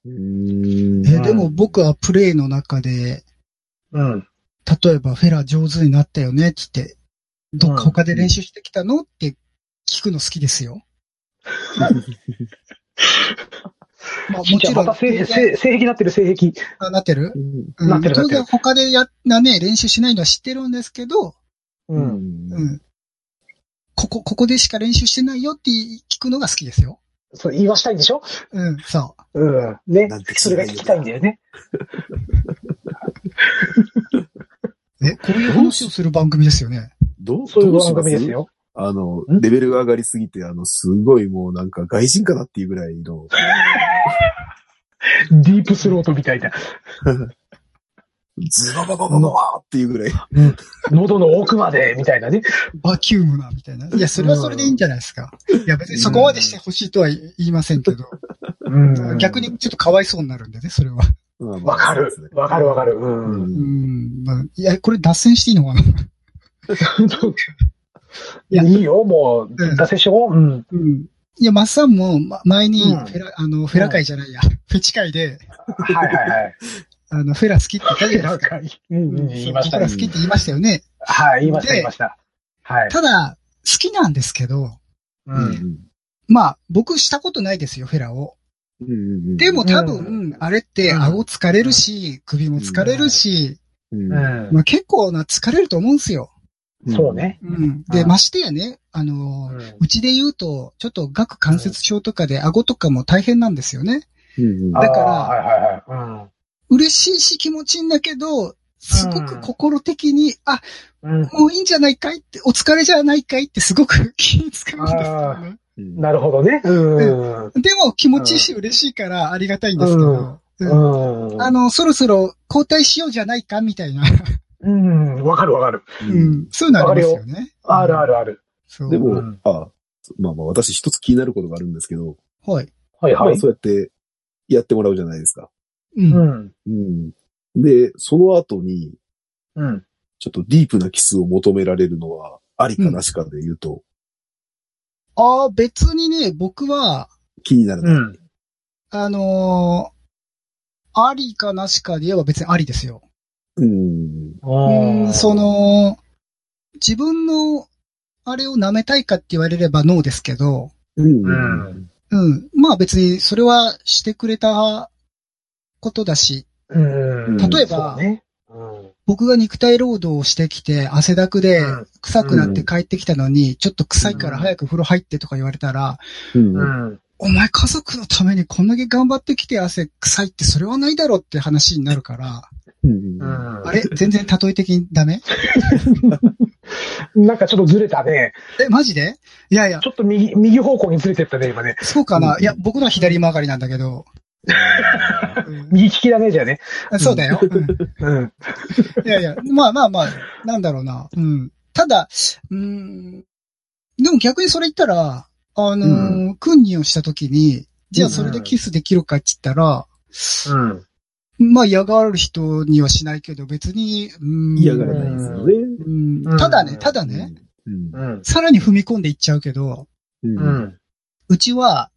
Speaker 3: うん
Speaker 2: え、でも僕はプレイの中で、
Speaker 1: うん。
Speaker 2: 例えばフェラ上手になったよねって言って、どっか他で練習してきたのって聞くの好きですよ。まあ、もちろん、
Speaker 1: また性
Speaker 2: 当然
Speaker 1: 性性癖なってる性癖。
Speaker 2: あなってる、
Speaker 3: うん
Speaker 2: うん、
Speaker 1: なってるな
Speaker 2: 当
Speaker 1: ってる
Speaker 2: 然他でや、なね、練習しないのは知ってるんですけど、
Speaker 1: う。
Speaker 3: うんん
Speaker 2: うん。ここ、ここでしか練習してないよって聞くのが好きですよ。
Speaker 1: そう、言わしたいんでしょ
Speaker 2: うん、そ
Speaker 1: うん。ね
Speaker 3: なんて。
Speaker 1: それが聞きたいんだよね。
Speaker 2: う。え、こういう話をする番組ですよね。
Speaker 3: どう
Speaker 1: そういう
Speaker 3: どし
Speaker 1: 番
Speaker 3: ます
Speaker 1: 組ですよ。
Speaker 3: あの、
Speaker 1: ん
Speaker 3: レベルが上がりすぎて、あの、すごいもうなんか外人かなっていうぐらいの、
Speaker 1: ディープスロートみたいな。
Speaker 3: ズババババババっていうぐらい。
Speaker 1: 喉の奥まで、みたいなね。
Speaker 2: バキュームな、みたいな。いや、それはそれでいいんじゃないですか。いや、別にそこまでしてほしいとは言いませんけど、
Speaker 1: うん
Speaker 2: 逆。にちょっとかわいそうになるんでね、それは。
Speaker 3: まあまあ
Speaker 1: わか
Speaker 3: そうで
Speaker 1: る
Speaker 3: すね。
Speaker 1: わかるわかる。う。
Speaker 3: うん。
Speaker 2: うんん、まあ、いや、これ脱線していいのか
Speaker 1: *laughs*
Speaker 2: な
Speaker 1: いやいいよ、もう、
Speaker 2: うん
Speaker 1: 脱線しよう。うん。
Speaker 2: うん。いや、マッサンも、ま、前に、
Speaker 1: う
Speaker 2: フ
Speaker 1: ん
Speaker 2: ェラ、あの、フェラ会じゃないや、フェチ会で、
Speaker 1: はいはいはい。
Speaker 2: あの、フェラ好きって言ったじゃない
Speaker 1: な
Speaker 2: で
Speaker 1: ん
Speaker 2: すか。
Speaker 1: か、うん、うん言いました
Speaker 2: フェラ
Speaker 1: ね
Speaker 2: 好。きって言いましたよね。
Speaker 1: はい、言いました、
Speaker 2: で
Speaker 1: 言いました。はい。
Speaker 2: ただ、好きなんですけど、
Speaker 1: う。
Speaker 3: うんん。
Speaker 2: まあ、僕したことないですよ、フェラを。
Speaker 3: うんうん。
Speaker 2: でも多
Speaker 1: う
Speaker 2: 分、あれって、顎疲れるし、首も疲れるし、
Speaker 3: うん、
Speaker 1: うん
Speaker 2: まあ結構な疲れると思うんですよ。
Speaker 1: そう。ね。
Speaker 2: うん。で、
Speaker 1: うん
Speaker 2: ましてやね、あの、うちで言うと、ちょっと顎関節症とかで顎とかも大変なんですよね。
Speaker 3: うん。
Speaker 2: だか
Speaker 1: あ
Speaker 2: ら
Speaker 1: ーはいはいはい。
Speaker 2: 嬉しいし気持ちいいんだけど、すごく心的に、あ、
Speaker 1: うん。うん
Speaker 2: もういいんじゃないかいって、お疲れじゃないかいってすごく *laughs* 気に使うんですけどね、
Speaker 3: うん。
Speaker 1: なるほどね。うん。うん。
Speaker 2: でも気持ちいいし嬉しいからありがたいんですけど、うんあ
Speaker 1: あの、
Speaker 2: の、そろそろ交代しようじゃないかみたいな、
Speaker 1: うん、わかるわかる。
Speaker 2: う。ん、そういうのありますよね。
Speaker 1: あるあるある。
Speaker 2: そう。
Speaker 3: で
Speaker 1: う
Speaker 3: も
Speaker 1: ん、
Speaker 3: あ、まあまあ私一つ気になることがあるんですけど、
Speaker 2: はい。
Speaker 1: はい
Speaker 3: ま
Speaker 1: は
Speaker 3: あ
Speaker 1: い。
Speaker 3: そうやってやってもらうじゃないですか。
Speaker 2: うん。
Speaker 1: うん。
Speaker 3: うん。で、その後に、
Speaker 1: うん。
Speaker 3: ちょっとディープなキスを求められるのは、ありかなしかで言うと、
Speaker 2: ああ、別にね、僕は、
Speaker 3: 気になる
Speaker 1: う
Speaker 3: な。
Speaker 1: ん。
Speaker 2: あのーありかなしかで言えば別にありですよ。
Speaker 3: うん。
Speaker 2: う、
Speaker 1: うん
Speaker 2: そ、の、自分の、あれを舐めたいかって言われればノーですけど、
Speaker 3: うん。
Speaker 1: うん
Speaker 2: うん。まあ別にそれはしてくれたことだし、
Speaker 1: うん。
Speaker 2: 例えば
Speaker 1: そうね。うん。
Speaker 2: 僕が肉体労働をしてきて汗だくで
Speaker 1: うん
Speaker 2: 臭くなって帰ってきたのに、ちょっと臭いから早く風呂入ってとか言われたら、
Speaker 3: うん
Speaker 1: う
Speaker 3: うん
Speaker 1: ん。
Speaker 2: お前家族のためにこんだけ頑張ってきて汗臭いってそれはないだろうって話になるから、
Speaker 3: うん。
Speaker 1: うん
Speaker 2: あれ全然例え的にダメ
Speaker 1: なんかちょっとずれたね。
Speaker 2: え、マジでいやいや
Speaker 1: ち、ょっと右、右方向にずれてったね、今ね。
Speaker 2: そうかな、
Speaker 3: うん
Speaker 2: いや、僕のは左曲がりなんだけど、うん
Speaker 1: 右利きだね、じゃあね。
Speaker 2: あそうだよ。うん
Speaker 1: うん。
Speaker 2: いやいや、まあまあまあ、なんだろうな。うん。ただ、うーん。でも逆にそれ言ったら、あのー訓練をしたときに、じゃあそれでキスできるかって言ったら、
Speaker 1: うん。
Speaker 2: まあ嫌がる人にはしないけど、別に、うん
Speaker 3: 嫌がらないですよね。
Speaker 2: うん
Speaker 1: うん
Speaker 2: ただね、ただね、
Speaker 3: うん。
Speaker 1: うん。
Speaker 2: さらに踏み込んでいっちゃうけど、
Speaker 3: うん。
Speaker 1: う
Speaker 3: うん。
Speaker 1: ん。
Speaker 2: うちは、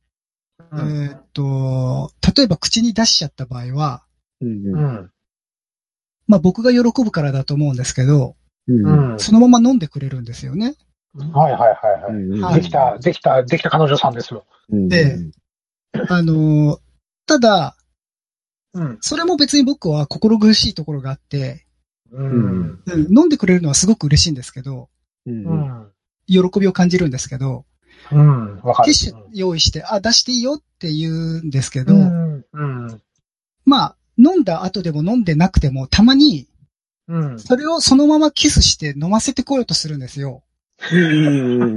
Speaker 1: う
Speaker 2: え
Speaker 1: ん。
Speaker 2: ーっと、例えば口に出しちゃった場合は、
Speaker 3: うん。
Speaker 1: うん。
Speaker 2: まあ僕が喜ぶからだと思うんですけど、
Speaker 3: うん。
Speaker 1: うん。
Speaker 2: そのまま飲んでくれるんですよね。
Speaker 1: はいはいはいはい。
Speaker 3: うん
Speaker 2: はい
Speaker 1: できた、、できた、できた彼女さんですよ。
Speaker 3: うん
Speaker 2: であのーただ、
Speaker 1: うん。
Speaker 2: それも別に僕は心苦しいところがあって、
Speaker 1: うん。
Speaker 2: うん飲んでくれるのはすごく嬉しいんですけど、
Speaker 3: うん。
Speaker 1: う
Speaker 3: うん
Speaker 1: ん。
Speaker 2: 喜びを感じるんですけど、
Speaker 1: うん。わかる
Speaker 2: ティッ。シュ用意して、あ、出していいよって言うんですけ
Speaker 1: う
Speaker 2: ど、
Speaker 1: ん。うん。
Speaker 2: まあ、飲んだ後でも飲んでなくても、たまに、
Speaker 1: うん。
Speaker 2: それをそのままキスして飲ませてこようとするんですよ。
Speaker 3: うん。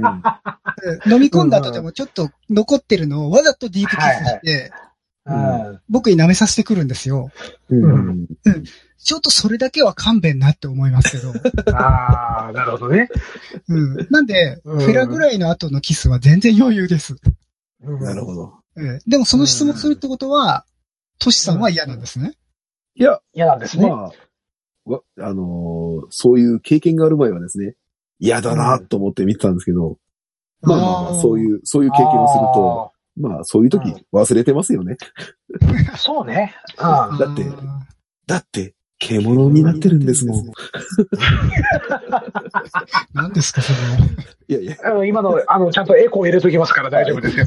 Speaker 2: で*laughs* 飲み込んだ後でもちょっと残ってるのをわざとディープキスして、
Speaker 1: うん。
Speaker 2: 僕に舐めさせてくるんですよ。
Speaker 3: うん。
Speaker 2: ちょっとそれだけは勘弁なって思いますけど。
Speaker 1: ああ、なるほどね。
Speaker 2: うん、なんで、
Speaker 1: うん
Speaker 2: フェラぐらいの後のキスは全然余裕です。
Speaker 1: な
Speaker 3: なるほど。
Speaker 2: うんでもその質問するってことは、トシさんは嫌なんですね。
Speaker 3: いや、
Speaker 1: 嫌なんですね。
Speaker 3: まあ、わあのーそういう経験がある前はですね、嫌だなと思って見てたんですけど、まあまあまあそ
Speaker 2: *laughs*
Speaker 3: ういう、そういう経験をすると、まあそういう時忘れてますよね。
Speaker 1: あー。そうね。うん。
Speaker 3: だって
Speaker 2: あ
Speaker 3: だって、獣になってるんですもん。い
Speaker 2: ー何ですか、それは。
Speaker 3: やいや、
Speaker 1: あの今の、あの、ちゃんとエコー入れときますから大丈夫ですよ。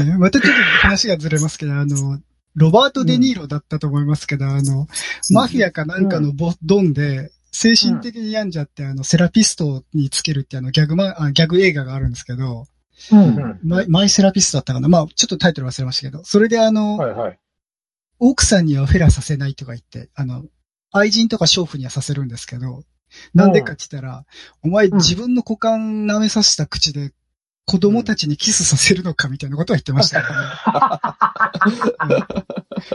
Speaker 2: え *laughs* またちょっと話がずれますけど、あの、ロバート・デ・ニーロだったと思いますけど、あの、マフィアかなんかのボドンで、精神的に病んじゃって、あの、セラピストにつけるって、あの、ギャグマ、あギャグ映画があるんですけど、
Speaker 1: うん。
Speaker 2: マイマイセラピストだったかなまあ、ちょっとタイトル忘れましたけど、それであの、
Speaker 1: はいはい。
Speaker 2: 奥さんにはフェラさせないとか言って、あの、愛人とか娼婦にはさせるんですけど、なんでかって言ったら、お前
Speaker 1: ん
Speaker 2: 自分の股間舐めさせた口で子供たちにキスさせるのかみたいなことは言ってましたよ
Speaker 1: *laughs*
Speaker 2: ね、うん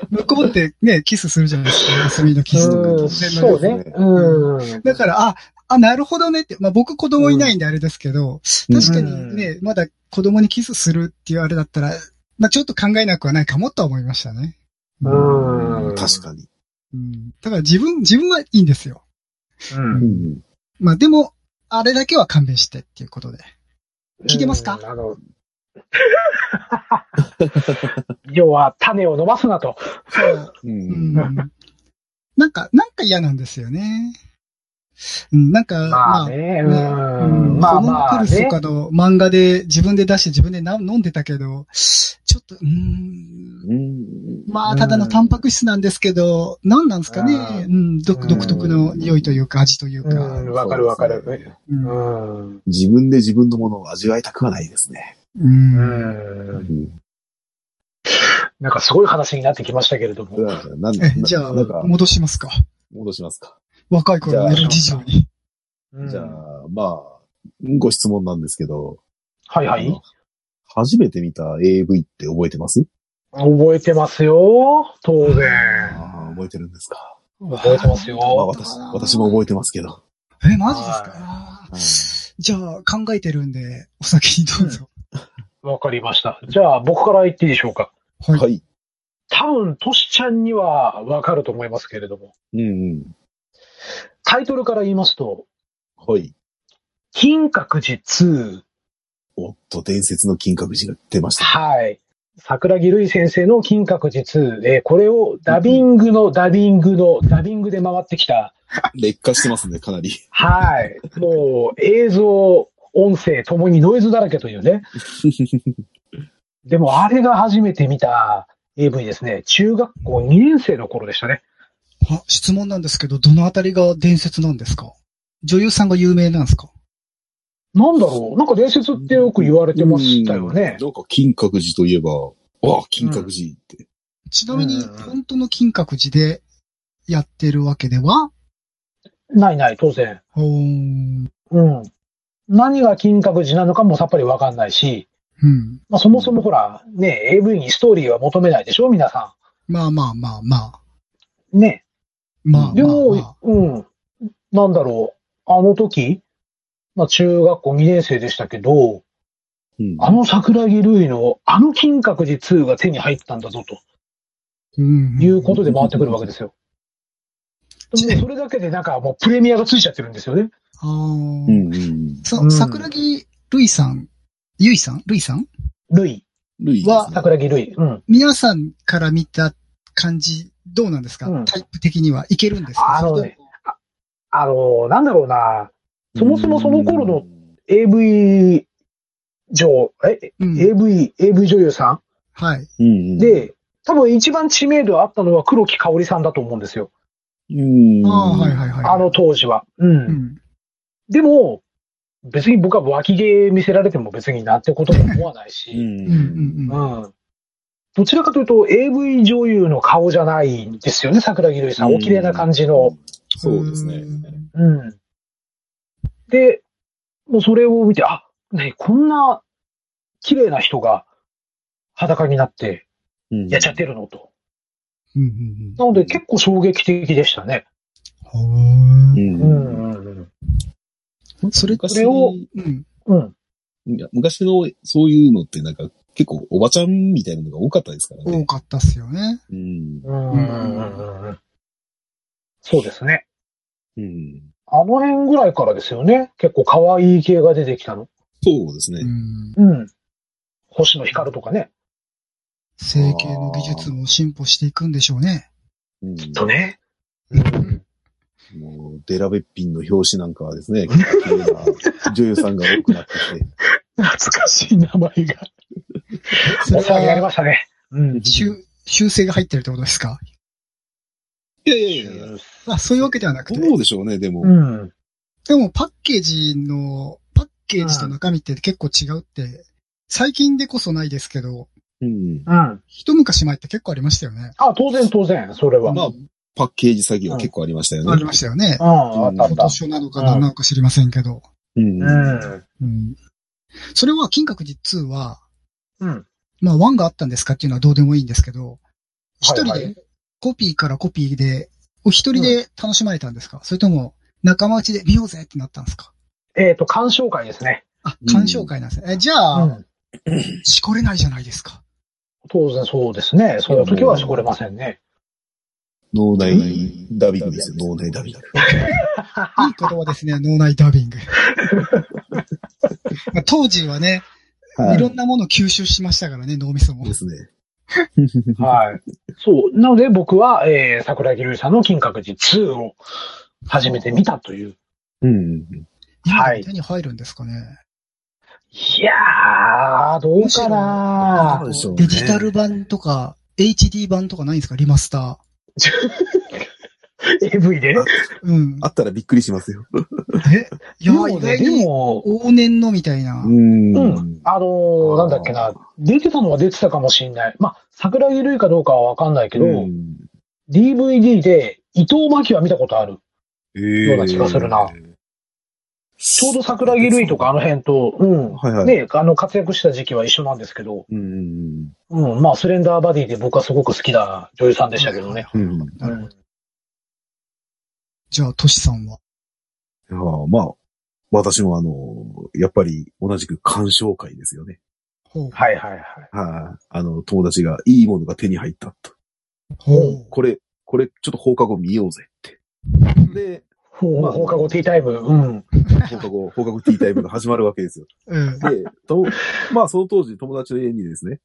Speaker 2: 向こうってね、キスするじゃないですか、休みのキスとか
Speaker 1: うん、
Speaker 2: 突然の
Speaker 1: そ
Speaker 2: や
Speaker 1: う
Speaker 2: つ
Speaker 1: ね。うん。
Speaker 2: だから、あ、あ、なるほどねって、まあ僕子供いないんであれですけど、
Speaker 3: うん
Speaker 2: 確かにね、まだ子供にキスするっていうあれだったら、まあちょっと考えなくはないかもとは思いましたね。
Speaker 1: うん。
Speaker 3: 確かに。
Speaker 2: うんだから自分、自分はいいんですよ。
Speaker 1: うん。
Speaker 2: まあでも、あれだけは勘弁してっていうことで。聞いてますか
Speaker 1: うんあの、 *laughs* 要は、種を伸ばすなと。
Speaker 2: そう。
Speaker 3: うん
Speaker 2: うん。なんか、なんか嫌なんですよね。うん、なんか、
Speaker 1: まあ
Speaker 2: まあ、
Speaker 1: ね、う
Speaker 2: うん
Speaker 1: ん。まあ
Speaker 2: こ
Speaker 1: ま
Speaker 2: の
Speaker 1: あ
Speaker 2: クルス
Speaker 1: ね
Speaker 2: と。かの漫画で自分で出して自分でな飲んでたけど、ちょっと、うん、
Speaker 3: うん。
Speaker 2: まあ、ただのタンパク質なんですけど、何なんですかね。
Speaker 1: う
Speaker 2: うん、独独特の匂いというか味という
Speaker 1: う
Speaker 2: か。
Speaker 1: ん、わかるわかる。
Speaker 2: う。
Speaker 1: うんん。
Speaker 3: 自分で自分のものを味わいたくはないですね。
Speaker 1: う
Speaker 2: うん
Speaker 1: ん。なんかすごい話になってきましたけれども。 *laughs*
Speaker 3: なん
Speaker 2: えじゃあ
Speaker 3: なんか、、
Speaker 2: 戻しますか。
Speaker 3: 戻しますか。
Speaker 2: 若い頃のエロ事情に。
Speaker 1: うん
Speaker 3: じゃあ、まあ、ご質問なんですけど、
Speaker 1: はいは
Speaker 3: あ
Speaker 1: い
Speaker 3: の。初めて見た AV って覚えてます
Speaker 1: 覚えてますよ。当然。
Speaker 3: ああ、覚えてるんですか。
Speaker 1: 覚えてます
Speaker 3: まあ
Speaker 1: よ。
Speaker 3: 私、私も覚えてますけど。
Speaker 2: え、マジですか、
Speaker 3: い
Speaker 2: じゃあ、考えてるんで、お先にどうぞ。
Speaker 1: わかりました。じゃあ、僕から言っていいでしょうか。
Speaker 2: はい
Speaker 3: はい。
Speaker 1: 多分、トシちゃんにはわかると思いますけれども。
Speaker 3: うんうん。
Speaker 1: タイトルから言いますと、
Speaker 3: はい。
Speaker 1: 金閣寺2。
Speaker 3: おっと、伝説の金閣寺が出ました。
Speaker 1: はい。桜木瑠衣先生の金閣寺2。えーこれをダビングのダビングのダビングで回ってきた。
Speaker 3: 劣化してますね、かなり。
Speaker 1: はい。もう、映像、音声ともにノイズだらけというね。でも、あれが初めて見た AV ですね。中学校2年生の頃でしたね。
Speaker 2: あ質問なんですけど、どのあたりが伝説なんですか女優さんが有名なんですか
Speaker 1: なんだろうなんか伝説ってよく言われてましたよね
Speaker 3: うん。なんか金閣寺といえば、ああ、金閣寺って。
Speaker 2: ちなみに、
Speaker 1: うんうん
Speaker 2: 本当の金閣寺でやってるわけでは
Speaker 1: ないない、当然。
Speaker 2: おーん
Speaker 1: うん。何が金閣寺なのかもさっぱりわかんないし、
Speaker 2: ううん。
Speaker 1: まあ、そもそもほら、ね、AV にストーリーは求めないでしょ皆さ
Speaker 2: まあまあまあまあ。
Speaker 1: ん。ね。
Speaker 2: まあ
Speaker 1: で
Speaker 2: まあ、
Speaker 1: も、
Speaker 2: まあ。
Speaker 1: うん。なんだろう。あの時、まあ、中学校2年生でしたけど、
Speaker 3: うん
Speaker 1: あの桜木類の、あの金閣寺2が手に入ったんだぞ、と
Speaker 2: うん
Speaker 1: いうことで回ってくるわけですよ。
Speaker 2: うん
Speaker 1: でもそれだけでなんかもうプレミアがついちゃってるんですよね。
Speaker 2: あー
Speaker 3: うんうん。
Speaker 2: さ
Speaker 1: う、ん
Speaker 2: 桜木るいさん、ゆいさんるいさん
Speaker 1: 類、
Speaker 3: ルイですね
Speaker 2: は
Speaker 1: 桜木類。うん。
Speaker 2: 皆さんから見た感じ、どうなんですか、
Speaker 1: うん
Speaker 2: タイプ的にはいけるんですか
Speaker 1: あのね、あの、なんだろうな、そもそもその頃の AV 女、え、
Speaker 2: それともうん
Speaker 1: AV、AV 女優さ
Speaker 2: はい。
Speaker 3: うんうん
Speaker 1: ん、で、多分一番知名度あったのは黒木香織さんだと思うんですよ。
Speaker 3: うん。
Speaker 2: ああ、はいはいはい。
Speaker 1: あの当時は。うん。
Speaker 2: うん、
Speaker 1: でも、別に僕は脇毛見せられても別になんてことも思わないうし、
Speaker 3: ん
Speaker 2: うん、うん、うん。
Speaker 1: うん。どちらかというと AV 女優の顔じゃないんですよね、桜木瑠衣さん。お綺麗な感じの。
Speaker 3: そうですね。
Speaker 2: ん
Speaker 1: うん。で、もうそれを見て、あ、ね、こんな綺麗な人が裸になって
Speaker 3: うん
Speaker 1: やっちゃってるのと。
Speaker 2: うん、うん
Speaker 1: なので結構衝撃的でしたね。
Speaker 2: うん。
Speaker 3: う。
Speaker 2: は
Speaker 1: うんんうん
Speaker 2: ーそれ、
Speaker 3: 昔
Speaker 1: それを
Speaker 2: うん。
Speaker 1: うん。うん。
Speaker 3: いや昔のそういうのってなんか結構おばちゃんみたいなのが多かったですからね
Speaker 2: 多。かったっすよね。
Speaker 3: うん。
Speaker 1: うんうんうんうんそうですね。
Speaker 3: うん。
Speaker 1: あの辺ぐらいからですよね。結構可愛い系が出てきたの。
Speaker 3: そうですね
Speaker 2: う。ん。
Speaker 1: うん。星野光とかね。
Speaker 2: 整形の技術も進歩していくんでしょうね。
Speaker 3: うん
Speaker 1: とね。
Speaker 3: もう、デラベッピンの表紙なんかはですね、綺麗な女優さんが多くなってき
Speaker 1: *laughs*
Speaker 3: て。
Speaker 1: 懐かしい名前が。
Speaker 2: そ
Speaker 1: お
Speaker 2: れ
Speaker 1: 世話になり
Speaker 2: は
Speaker 1: ましたね。うん。
Speaker 2: 修、修正が入ってるってことですか
Speaker 3: いやいやいやいや。
Speaker 2: あ、そういうわけではなくて。
Speaker 3: どうでしょうね、でも。
Speaker 1: うん。
Speaker 2: でもパッケージの、パッケージと中身って結構違うって、最近でこそないですけど、
Speaker 3: うん。
Speaker 1: うん。
Speaker 2: 一昔前って結構ありましたよね。
Speaker 1: あ、当然当然、それは。
Speaker 3: まあパッケージ詐欺は結構ありましたよね。
Speaker 2: ありましたよね。
Speaker 1: ああ、あったあっ
Speaker 2: 今
Speaker 1: た。
Speaker 2: 年なのか何なのか知りませんけど。
Speaker 3: うん。
Speaker 1: うん。
Speaker 2: うん。それは、金閣寺2は、
Speaker 1: うん。
Speaker 2: まあ、1があったんですかっていうのはどうでもいいんですけど、一人
Speaker 1: はいは
Speaker 2: で、コピーからコピーで、お一人で楽しまれたんですか、それとも、仲間内で見ようぜってなったんですか
Speaker 1: えっ、と、鑑賞会ですね。
Speaker 2: あ、鑑賞会なんですね。えじゃ
Speaker 1: う
Speaker 2: あ、
Speaker 1: ん。
Speaker 2: しこれないじゃないですか。
Speaker 1: 当然そうですね。その時はしこれませんね。
Speaker 3: 脳内ダビングですよ、脳内ダビング。
Speaker 2: いい言葉です
Speaker 1: *laughs*
Speaker 2: ね、脳内ダビング。 *laughs* まあ当時はね、いろんなものを吸収しましたからね、脳みそも
Speaker 3: で。す *laughs* ね。
Speaker 1: はい。そう。なので僕は、えー、桜木瑠衣さんの金閣寺2を初めて見たという。
Speaker 3: うん。
Speaker 2: 今
Speaker 1: は
Speaker 2: で
Speaker 1: い
Speaker 2: も手に入るんですかね。
Speaker 1: いやー、どうかな
Speaker 3: むしろそうね
Speaker 2: デジタル版とか、HD 版とかないんですかリマスタ
Speaker 1: AV で。
Speaker 2: ー。うん
Speaker 3: あ。ったらびっくりしますよ。
Speaker 2: えい
Speaker 1: で
Speaker 2: や、
Speaker 1: も
Speaker 2: 意
Speaker 1: ね、
Speaker 2: 外
Speaker 1: で
Speaker 2: に
Speaker 1: も、
Speaker 2: 往年のみたいな。
Speaker 3: ん
Speaker 1: うん。あのーなんだっけな。出てたのは出てたかもしれない。まあ、桜木瑠衣かどうかはわかんないけど、
Speaker 3: うん。
Speaker 1: DVD で伊藤真希は見たことある。
Speaker 3: え
Speaker 1: ような気がするな。ちょうど桜木瑠衣とかあの辺と、うん。
Speaker 3: はいはい
Speaker 1: ね、あの、活躍した時期は一緒なんですけど、
Speaker 3: うん。
Speaker 1: うん。まあ、スレンダーバディで僕はすごく好きな女優さんでしたけどね。
Speaker 3: うん。
Speaker 2: なるほど。
Speaker 1: うん
Speaker 2: じゃあ、トシさんは。
Speaker 3: いやーまあ、私もあの、やっぱり同じく鑑賞会ですよね。
Speaker 2: ほう。
Speaker 1: はいはいはい。
Speaker 3: はい、あ。の、友達がいいものが手に入ったと。
Speaker 2: ほう。
Speaker 3: これ、これ、ちょっと放課後見ようぜって。で、
Speaker 1: ほう
Speaker 3: まあ
Speaker 1: 放課後ティータイム。うん。
Speaker 3: 放課後、 *laughs* 放課後ティータイムが始まるわけですよ。
Speaker 2: うん。
Speaker 3: で、と、まあその当時友達の家にですね、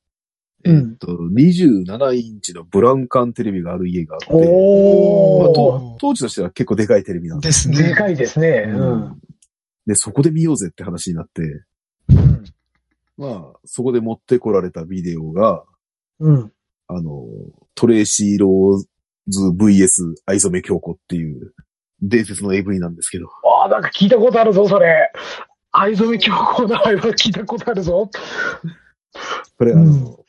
Speaker 1: うん
Speaker 3: えっと、27インチのブラウン管テレビがある家があって、まあ
Speaker 1: おー。
Speaker 3: と当時としては結構でかいテレビなんで
Speaker 2: ですね。
Speaker 1: でかいですね。うん。
Speaker 3: で、そこで見ようぜって話になって、
Speaker 1: うん。
Speaker 3: まあ、そこで持ってこられたビデオが、
Speaker 1: うん。
Speaker 3: あの、トレーシー・ローズ VS 藍染京子っていう伝説の AV なんですけど、
Speaker 1: ああ、なんか聞いたことあるぞ、それ。藍染京子の愛は聞いたことあるぞ。
Speaker 3: これあの、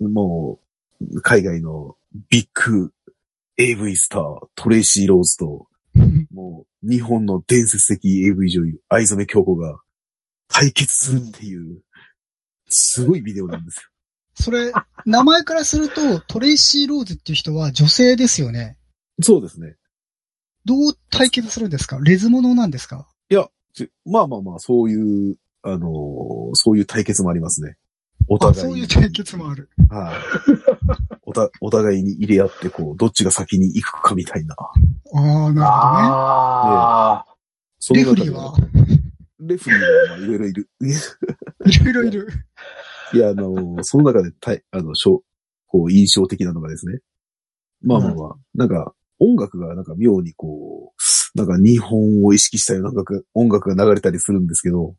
Speaker 3: もう、海外のビッグ AV スター、トレーシー・ローズと、
Speaker 2: うん
Speaker 3: もう、日本の伝説的 AV 女優、藍染京子が対決するっていう、すごいビデオなんですよ。
Speaker 2: *laughs* それ、名前からすると、トレイシー・ローズっていう人は女性ですよね。
Speaker 3: そうですね。
Speaker 2: どう対決するんですかレズモノなんですか
Speaker 3: いや、ちまあまあまあ、そういう、あのーそういう対決もありますね。お
Speaker 2: あ、
Speaker 3: 互い
Speaker 2: そう
Speaker 3: に。
Speaker 2: いう対決もある。
Speaker 3: はい、おた、お互いに入れ合って、こう、どっちが先に行くかみたいな。
Speaker 2: ああ、なる
Speaker 1: ああ、
Speaker 3: そ
Speaker 2: ほど
Speaker 3: の
Speaker 2: ね。レフリーは
Speaker 3: 中でレフリーはまあいろいろ
Speaker 2: *laughs*
Speaker 3: いる。
Speaker 2: いろいろいる。
Speaker 3: いや、あのーその中で、たい、あの、しょこう、印象的なのがですね。まあまあまあ、なんか、音楽がなんか妙にこう、なんか日本を意識したような音楽、音楽が流れたりするんですけど、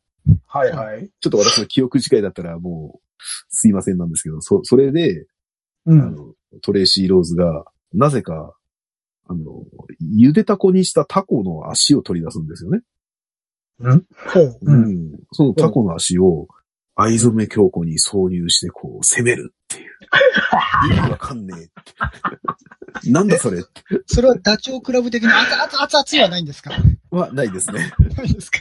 Speaker 1: はいはい。
Speaker 3: ちょっと私の記憶次回だったらもう、すいませんなんですけど、そ、それで、
Speaker 1: う
Speaker 3: あ。の、トレーシー・ローズが、なぜか、あの、ゆでたこにしたタコの足を取り出すんですよね。
Speaker 2: ほう。
Speaker 1: うん
Speaker 3: ん。そのタコの足を、藍染め京子に挿入して、こう、攻めるって *laughs* いう。意味わかんねえって。なんだそれ
Speaker 2: それはダチョウクラブ的な熱々熱々はないんですか
Speaker 3: はないですね。
Speaker 2: ないですか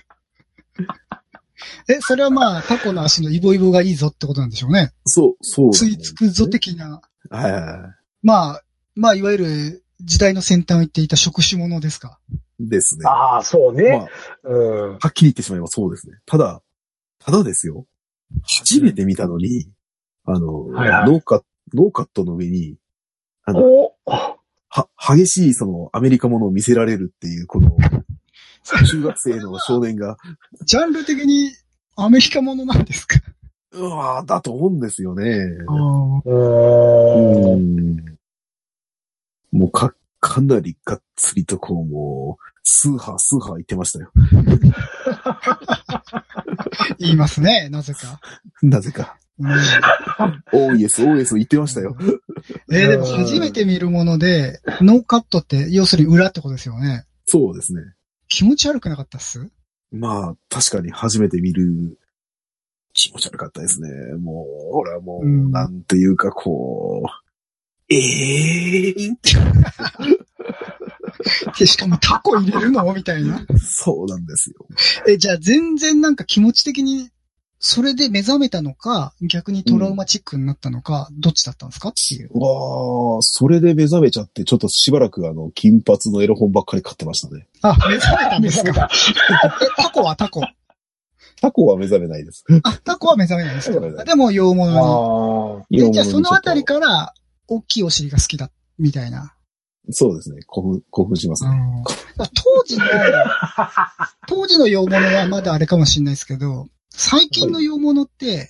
Speaker 2: え、それはまあ、タコの足のイボイボがいいぞってことなんでしょうね。
Speaker 3: そう、そう、
Speaker 2: ついつくぞ。的な。
Speaker 3: はいはいは
Speaker 2: まあ、まあ、いわゆる時代の先端を言っていた触手ものですか。
Speaker 3: い。ですね。
Speaker 1: ああ、そう
Speaker 3: まあ、
Speaker 1: ね
Speaker 3: は。
Speaker 1: うん。
Speaker 3: っきり言ってしまえばそうですね。ただ、ただですよ。初めて見たのに、あの、
Speaker 1: はいはい
Speaker 3: ノーカノーカットの上に、
Speaker 1: お
Speaker 3: は、激しいそのアメリカものを見せられるっていう、この、中学生の少年が、
Speaker 2: ジャンル的にアメリカものなんですか。
Speaker 3: うわーだと思うんですよね。
Speaker 1: うーん。
Speaker 3: もうか、かなりがっつりとこう、もう、スーハースーハー言ってましたよ。
Speaker 2: 言いますね、なぜか。
Speaker 3: なぜか。
Speaker 2: うん
Speaker 3: オーイエス、オーイエス言ってましたよ。
Speaker 2: えーでも初めて見るもので、ノーカットって、要するに裏ってことですよね。
Speaker 3: そうですね。
Speaker 2: 気持ち悪くなかったっす
Speaker 3: まあ、確かに初めて見る気持ち悪かったですね。もう、ほらもう、
Speaker 2: うん
Speaker 3: なんていうかこう、ええ
Speaker 2: で、しかもタコ入れるのみたいな。
Speaker 3: そうなんですよ。
Speaker 2: え、じゃあ全然なんか気持ち的に、それで目覚めたのか、逆にトラウマチックになったのか、どっちだったんですかっていう。
Speaker 3: わあ、それで目覚めちゃって、ちょっとしばらくあの、金髪のエロ本ばっかり買ってましたね。
Speaker 2: あ、 *laughs* 目覚めたんですかえタコはタコ。
Speaker 3: タコは目覚めないです。
Speaker 2: あ、タコは目覚めないです
Speaker 3: 目覚めな
Speaker 2: か。
Speaker 3: い
Speaker 2: でも、洋
Speaker 1: あ
Speaker 2: 物
Speaker 1: あ。
Speaker 2: に。え、じゃあそのあたりから、大きいお尻が好きだ、みたいな。
Speaker 3: そうですね。興奮、興奮します
Speaker 2: う
Speaker 3: ね。
Speaker 2: ん当時の、 *laughs* 当時の洋物はまだあれかもしれないですけど、最近の洋物って、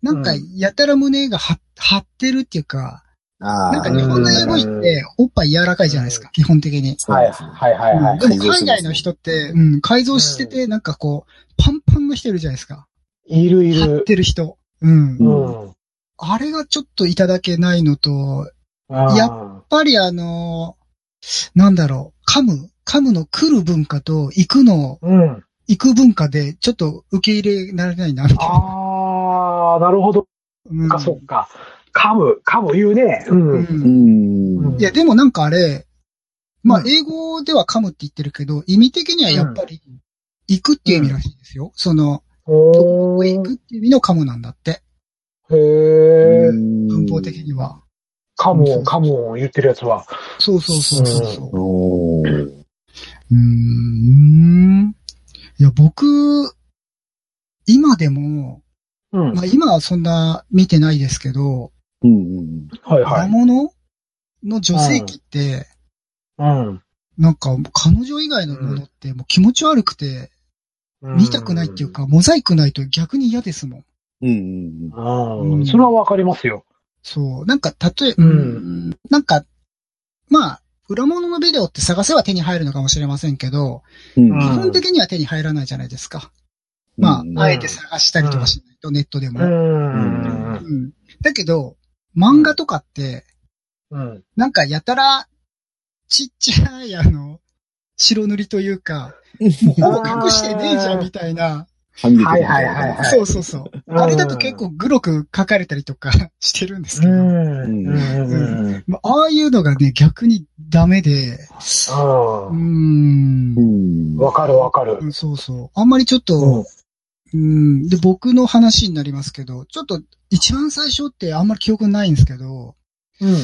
Speaker 2: なんか、やたら胸が張っ張ってるっていうか、
Speaker 3: あ
Speaker 2: なんか日本の英語人って、おっぱい柔らかいじゃないですか、基本的に。
Speaker 3: そう
Speaker 1: はい
Speaker 3: ですね。
Speaker 1: はいはいは
Speaker 2: う
Speaker 1: い
Speaker 2: ん。でも海外の人って、うん、改造してて、なんかこう、パンパンの人いるじゃないですか。
Speaker 1: いるい
Speaker 2: 張っ
Speaker 1: る。
Speaker 2: てる人。うん
Speaker 3: う。
Speaker 1: うん。
Speaker 2: あれがちょっといただけないのと、やっや
Speaker 1: っ
Speaker 2: ぱりあのーなんだろう、噛む、噛むの来る文化と行くの、
Speaker 1: うん。
Speaker 2: 行く文化で、ちょっと受け入れられないな、みたいな。
Speaker 1: ああ、なるほど。
Speaker 2: うん
Speaker 1: か、そっか。噛む、噛む言うね。う。
Speaker 2: うん。
Speaker 3: うんん。
Speaker 2: いや、でもなんかあれ、まあ
Speaker 1: う、ん
Speaker 2: 英語では噛むって言ってるけど、意味的にはやっぱり、行くっていう意味らしいですよ。その、
Speaker 1: お
Speaker 2: 行
Speaker 1: ー
Speaker 2: くっていう意味の噛むなんだって。
Speaker 1: へえ。
Speaker 2: 文
Speaker 3: 文
Speaker 2: 法的に。は。
Speaker 1: 噛むを、噛むを言ってるやつは。
Speaker 2: そうそうそうそう。
Speaker 3: お
Speaker 2: う
Speaker 3: ー
Speaker 2: ーん。いや、僕、今でも、
Speaker 1: うん。
Speaker 2: まあ今はそんな見てないですけど、
Speaker 3: うんうん。
Speaker 1: はい
Speaker 2: 魔
Speaker 1: はい。
Speaker 2: 物の女性器って、
Speaker 1: うん。
Speaker 2: なんか彼女以外のものってもう気持ち悪くて、
Speaker 1: うん
Speaker 2: 見たくないっていう。か、モザイクないと逆に嫌ですもん。
Speaker 3: うんうん
Speaker 1: う
Speaker 2: うん
Speaker 1: ん。それはわかりますよ。
Speaker 2: そう。なんか、たとえ、
Speaker 1: うん
Speaker 2: うんなんか、まあ、裏物のビデオって探せば手に入るのかもしれませんけど、
Speaker 3: うん。
Speaker 2: 基
Speaker 1: うん
Speaker 2: 本的には手に入らないじゃないですか。まあ、あえて探したりとかしないと、ネットで
Speaker 1: う
Speaker 2: も。
Speaker 1: ん。
Speaker 2: うんだけど、漫画とかって、
Speaker 1: うん。
Speaker 2: なんかやたら、ちっちゃい、あの、白塗りというか、もうほぼ隠してねえじゃんみたいな。
Speaker 3: はみ出てる
Speaker 1: はいはいはいはい
Speaker 2: そうそうそう。あれだと結構グロく書かれたりとか *laughs* してるんです
Speaker 1: う
Speaker 2: けど、
Speaker 1: ん。うん。うん。
Speaker 2: まあああいうのがね、逆にダメで、うー
Speaker 1: うん
Speaker 2: ん
Speaker 3: う。ん。
Speaker 1: わかるわかる
Speaker 2: う。んそうそう。あんまりちょっと、うん。で、僕の話になりますけど、ちょっと一番最初ってあんまり記憶ないんですけど、
Speaker 1: うん。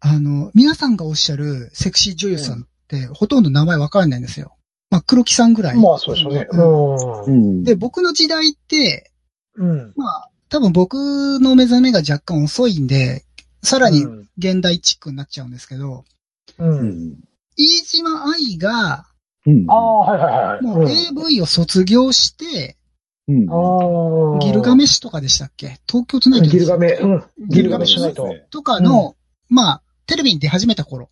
Speaker 2: あの、皆さんがおっしゃるセクシー女優さんってほとんど名前わかんないんですよ。まあ、黒木さんぐらい。
Speaker 1: まあ、そうでしょうね。う
Speaker 3: う。
Speaker 1: ん
Speaker 2: で、僕の時代って、
Speaker 1: ん。うん。
Speaker 2: まあ、多分僕の目覚めが若干遅いんで、さらに現代チックになっちゃうんですけど、
Speaker 1: う。
Speaker 3: うんん。
Speaker 2: 飯島愛が、
Speaker 3: うん。
Speaker 1: ああ、はいはいはい。
Speaker 2: もう AV を卒業して、
Speaker 3: うん。
Speaker 1: うん、ああ。
Speaker 2: ギルガメシとかでしたっけ東京トゥナイトで
Speaker 1: ギル
Speaker 2: した
Speaker 1: ガ
Speaker 2: っけ
Speaker 1: メ、うん。ギルガメしないと。
Speaker 3: そうですね
Speaker 2: とかの、まあ、テレビに出始めた頃。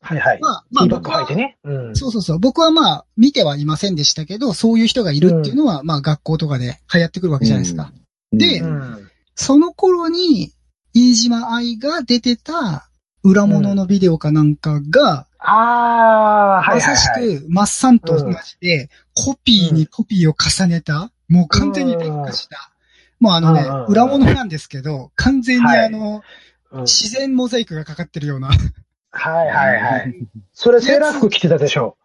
Speaker 1: はいはい。
Speaker 2: まあ、まあ、
Speaker 1: ティーバッ
Speaker 2: 僕
Speaker 1: グ履いて
Speaker 2: は、
Speaker 1: ね。うん。
Speaker 2: そうそうそう。僕はまあ、見てはいませんでしたけど、そういう人がいるっていうのは、まあ、学校とかで流行ってくるわけじゃないですか。で
Speaker 1: う
Speaker 3: うん
Speaker 1: ん。
Speaker 2: その頃に、飯島愛が出てた、裏物のビデオかなんかが、
Speaker 1: ああー、はい
Speaker 2: ま
Speaker 1: はい
Speaker 2: さし
Speaker 1: はい。
Speaker 2: く、マッサンと同じで、コピーにコピーを重ねた、もう完全に変化した。もうあのね
Speaker 1: うんうんう、ん
Speaker 2: 裏物なんですけど、完全にあの、
Speaker 1: うん
Speaker 2: 自然モザイクがかかってるような。 *laughs*
Speaker 1: はいはいはい。それセーラー服着てたでしょ。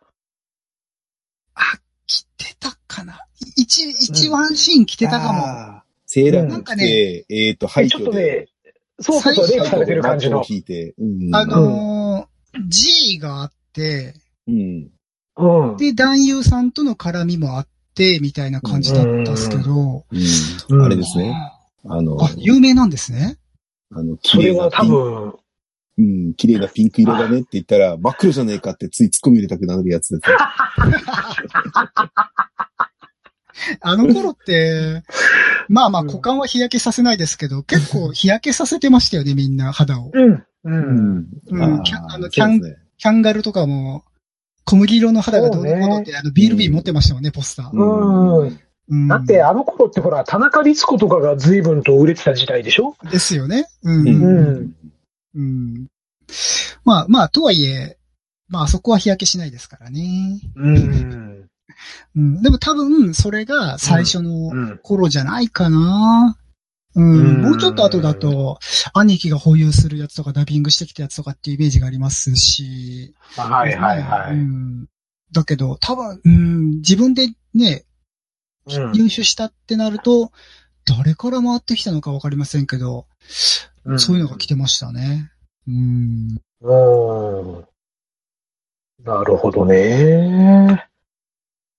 Speaker 2: 着てたかな一、一ワンシーン着てたかも。
Speaker 1: あ
Speaker 3: セーラー
Speaker 2: なん
Speaker 3: 服
Speaker 2: か
Speaker 3: 着
Speaker 2: ね
Speaker 3: て、えっと、
Speaker 1: ー。
Speaker 3: 廃
Speaker 1: えちょっ
Speaker 3: 墟
Speaker 1: とね
Speaker 3: で。、
Speaker 1: そうそうそう、レ
Speaker 2: 最
Speaker 1: イ
Speaker 2: 初
Speaker 1: プされてる感じの。
Speaker 3: 聞いて。うん
Speaker 2: あのー、G があって、
Speaker 3: うん。
Speaker 1: うん。
Speaker 2: で、男優さんとの絡みもあって、みたいな感じだったんですけど、
Speaker 3: うん。あれですね。あの、
Speaker 2: あ、有名なんですね。
Speaker 3: あの、綺
Speaker 1: それ
Speaker 3: 麗な
Speaker 1: は多
Speaker 3: ピンク、
Speaker 1: 分、
Speaker 3: うん、綺麗なピンク色だねって言ったら、真っ黒じゃねえかってつい突っ込み入れたくなるやつですね。
Speaker 2: あの
Speaker 1: *laughs*
Speaker 2: 頃って、まあまあ股間は日焼けさせないですけど、結構日焼けさせてましたよね、みんな肌を。
Speaker 1: うん。う。
Speaker 3: うん
Speaker 2: うん
Speaker 3: あー
Speaker 2: キャンあの
Speaker 3: そうですね
Speaker 2: キャンガルとかも、小麦色の肌がどうのこうのって、あの、ビール瓶持ってましたよね、ポスター。
Speaker 1: うんうん
Speaker 2: うん
Speaker 1: だって、あの頃ってほら、田中律子とかが随分と売れてた時代でしょ
Speaker 2: ですよね。うんう
Speaker 3: う
Speaker 2: ん
Speaker 1: ん。
Speaker 2: うんまあまあ、とはいえ、まあそこは日焼けしないですからね。
Speaker 1: うん。
Speaker 2: うん、でも多分、それが最初
Speaker 1: う
Speaker 2: の
Speaker 1: ん。
Speaker 2: 頃じゃないかな。うん
Speaker 1: うん
Speaker 2: もうちょっと後だと、兄貴が保有するやつとかダビングしてきたやつとかっていうイメージがありますし。
Speaker 1: はいはいは
Speaker 2: う
Speaker 1: い。
Speaker 2: ん、だけど、多分、うん、自分でね、入手したってなると、誰から回ってきたのかわかりませんけど、
Speaker 1: うん
Speaker 2: そういうのが来てましたね。うん
Speaker 1: うん。なるほどね。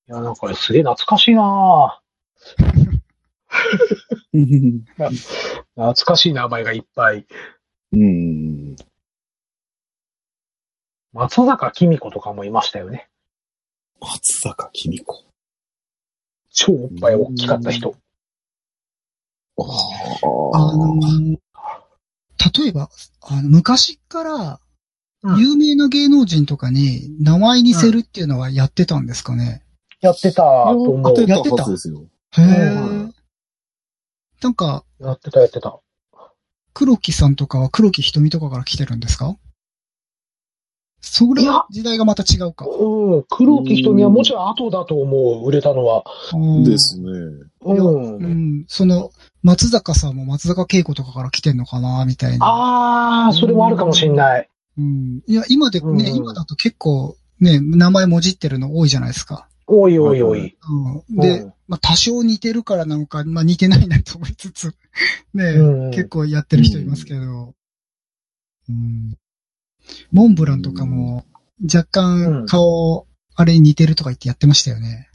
Speaker 1: いや、なんかすげえ懐かしいな
Speaker 3: うん
Speaker 1: 懐かしい名前がいっぱい。
Speaker 3: うん。
Speaker 1: 松坂君子とかもいましたよね。
Speaker 3: 松坂君子。
Speaker 1: 超おっぱい大きかった人。
Speaker 3: あ
Speaker 2: あ
Speaker 3: あ。
Speaker 2: のー、例えば、あの昔から、
Speaker 1: うん
Speaker 2: 有名な芸能人とかに名前にせるっていうのはやってたんですかね。
Speaker 1: やってたと思
Speaker 3: 当
Speaker 1: う。
Speaker 3: てた
Speaker 2: やってた
Speaker 3: はずですよ。
Speaker 2: へえ
Speaker 1: うん。
Speaker 2: なんか、
Speaker 1: やってたやってた。
Speaker 2: 黒木さんとかは黒木瞳とかから来てるんですかそれ
Speaker 1: いや
Speaker 2: は時代がまた違うか。
Speaker 1: うん。黒木瞳はもちろん後だと思う、売れたのは。
Speaker 2: うん
Speaker 3: ですね。
Speaker 1: うん。
Speaker 2: うん。その、松坂さんも松坂慶子とかから来てんのかな、みたいな。
Speaker 1: ああ、それもあるかもしんない。
Speaker 2: うん。いや、今でね、
Speaker 1: うん
Speaker 2: 今だと結構、ね、名前もじってるの多いじゃないですか。
Speaker 1: おいおいおい。
Speaker 2: うん。で、
Speaker 1: うん
Speaker 2: まあ、多少似てるからなのか、まあ、似てないなと思いつ *laughs* つ、ね、
Speaker 1: うん
Speaker 2: 結構やってる人いますけど、うん、モンブランとかも、若
Speaker 1: う
Speaker 2: 干
Speaker 1: ん
Speaker 2: 顔、あれに似てるとか言ってやってましたよね。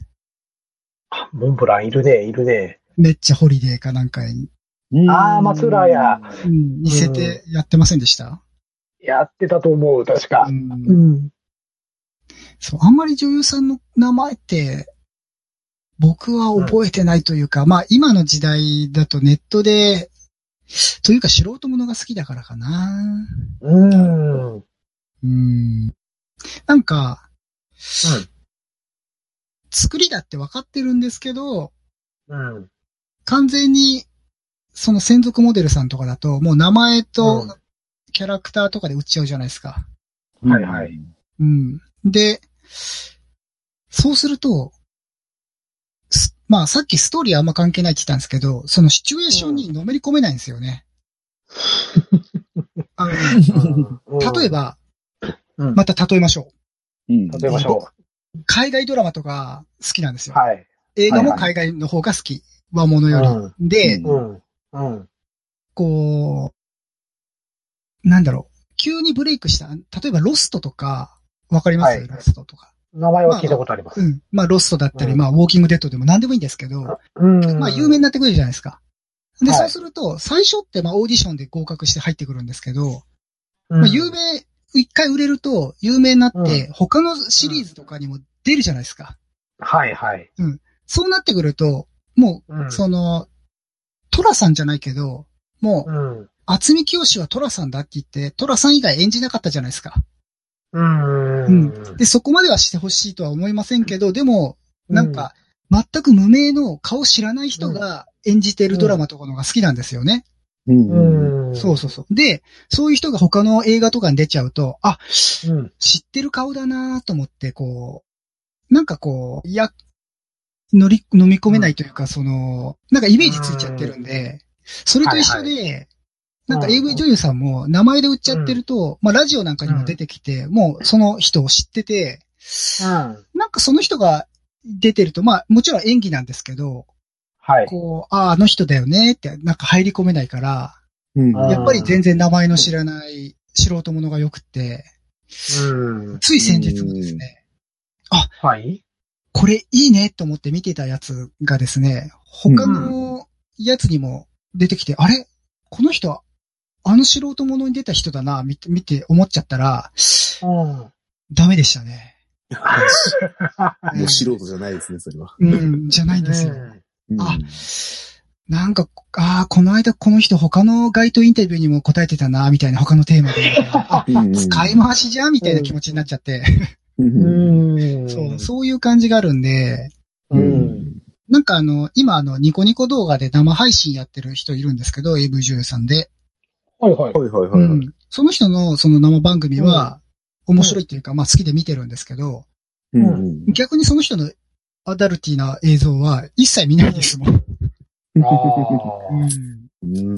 Speaker 1: モンブランいるね、いるね。
Speaker 2: めっちゃホリデーかなんかに、
Speaker 1: あー松浦や。
Speaker 2: うん似せてやってませんでした、
Speaker 1: やってたと思う、確か
Speaker 2: う。、
Speaker 1: うんん。
Speaker 2: そう、あんまり女優さんの名前って、僕は覚えてないというか、まあ今の時代だとネットで、というか素人ものが好きだからかな。
Speaker 1: うん。
Speaker 2: うんなんか、作りだって分かってるんですけど、
Speaker 1: うん。
Speaker 2: 完全に、その専属モデルさんとかだと、もう名前
Speaker 1: う
Speaker 2: と
Speaker 1: ん
Speaker 2: キャラクターとかで売っちゃうじゃないですか。
Speaker 1: はいはい。
Speaker 2: うん。で、そうすると、すまあさっきストーリーあんま関係ないって言ったんですけど、そのシチュエーションにのめり込めないんです
Speaker 1: *laughs*
Speaker 2: よね。あの例え
Speaker 1: ば、
Speaker 2: ば、
Speaker 1: うん
Speaker 2: また例えましょ
Speaker 3: うん。
Speaker 1: 例えましょ
Speaker 2: う。海外ドラマとか好きなんです
Speaker 1: う。
Speaker 2: よ。
Speaker 1: はい。
Speaker 2: 映画も海外の方が好き。和物よ
Speaker 1: うん
Speaker 2: り。で、
Speaker 1: うん。うん。
Speaker 2: こう、なんだろう。急にブレイクした。例えばロストとか、わかります、
Speaker 1: はい
Speaker 2: ロストとか。
Speaker 1: 名前は聞いたことあります
Speaker 2: う。ん。まあロストだったり、
Speaker 1: うん
Speaker 2: まあウォーキングデッドでも何でもいいんですけど、
Speaker 1: うん。
Speaker 2: まあ有名になってくるじゃないですか。で、
Speaker 1: はい
Speaker 2: そうすると、最初ってまあオーディションで合格して入ってくるんですけど、
Speaker 1: うん、
Speaker 2: まあ有名、一回売れると有名になって、他のシリーズとかにも出るじゃないですか。
Speaker 1: はいはい。
Speaker 2: そうなってくると、も
Speaker 1: うん
Speaker 2: う、その、トラさんじゃないけど、もう、
Speaker 1: うん。
Speaker 2: 厚み清はトラさんだって言って、トラさん以外演じなかったじゃないですか。
Speaker 1: うん。
Speaker 2: で、そこまではしてほしいとは思いませんけど、でも、なんか、全く無名の顔知らない人が演じてるドラマとかのが好きなんですよね。
Speaker 3: う。
Speaker 1: うんん、うん。
Speaker 2: そうそうそう。で、そういう人が他の映画とかに出ちゃうと、あ、
Speaker 1: うん。
Speaker 2: 知ってる顔だなと思って、こう、なんかこう、いや、乗り、飲み込めないというか、その、なんかイメージついちゃってるんで、それと一緒で、なんか
Speaker 1: うん
Speaker 2: AV 女優さんも名前で売っちゃってると、まあラジオなんかにも出てきて、もうその人を知ってて、
Speaker 1: うん。
Speaker 2: なんかその人が出てると、まあもちろん演技なんですけど、
Speaker 1: はい。
Speaker 2: こう、ああ、あの人だよねって、なんか入り込めないから、
Speaker 3: うん。
Speaker 1: うん
Speaker 2: やっぱり全然名前の知らない素人ものが良くて、
Speaker 1: うん。
Speaker 2: つい先日もですね、
Speaker 1: はい。
Speaker 2: これいいねと思って見てたやつがですね、他のやつにも出てきて、あれこの人は、あの素人ものに出た人だな、見て、見て思っちゃったら、
Speaker 1: うん。
Speaker 2: ダメでしたね。
Speaker 3: *laughs* もう素人じゃないですね、それは。
Speaker 2: うん、じゃないんですよ。
Speaker 3: うん
Speaker 2: あなんか、ああ、この間この人他の街頭インタビューにも答えてたな、みたいな他のテーマで。あ
Speaker 3: うん
Speaker 2: 使い回しじゃんみたいな気持ちになっちゃって。
Speaker 3: うん
Speaker 1: うん。
Speaker 2: そう、そういう感じがあるんで、
Speaker 1: う
Speaker 3: う
Speaker 1: ん。
Speaker 3: ん。
Speaker 2: なんかあの、今あの、ニコニコ動画で生配信やってる人いるんですけど、AV 女優さんで。
Speaker 1: はいはい。
Speaker 3: はいはいは
Speaker 2: う
Speaker 3: いはい。
Speaker 2: ん。その人のその生番組は、面白いっていうか、まあ好きで見てるんですけど、
Speaker 3: うんうん
Speaker 2: 逆にその人のアダルティな映像は一切見ないですもん。
Speaker 1: あ
Speaker 2: うん
Speaker 1: あ。
Speaker 3: うん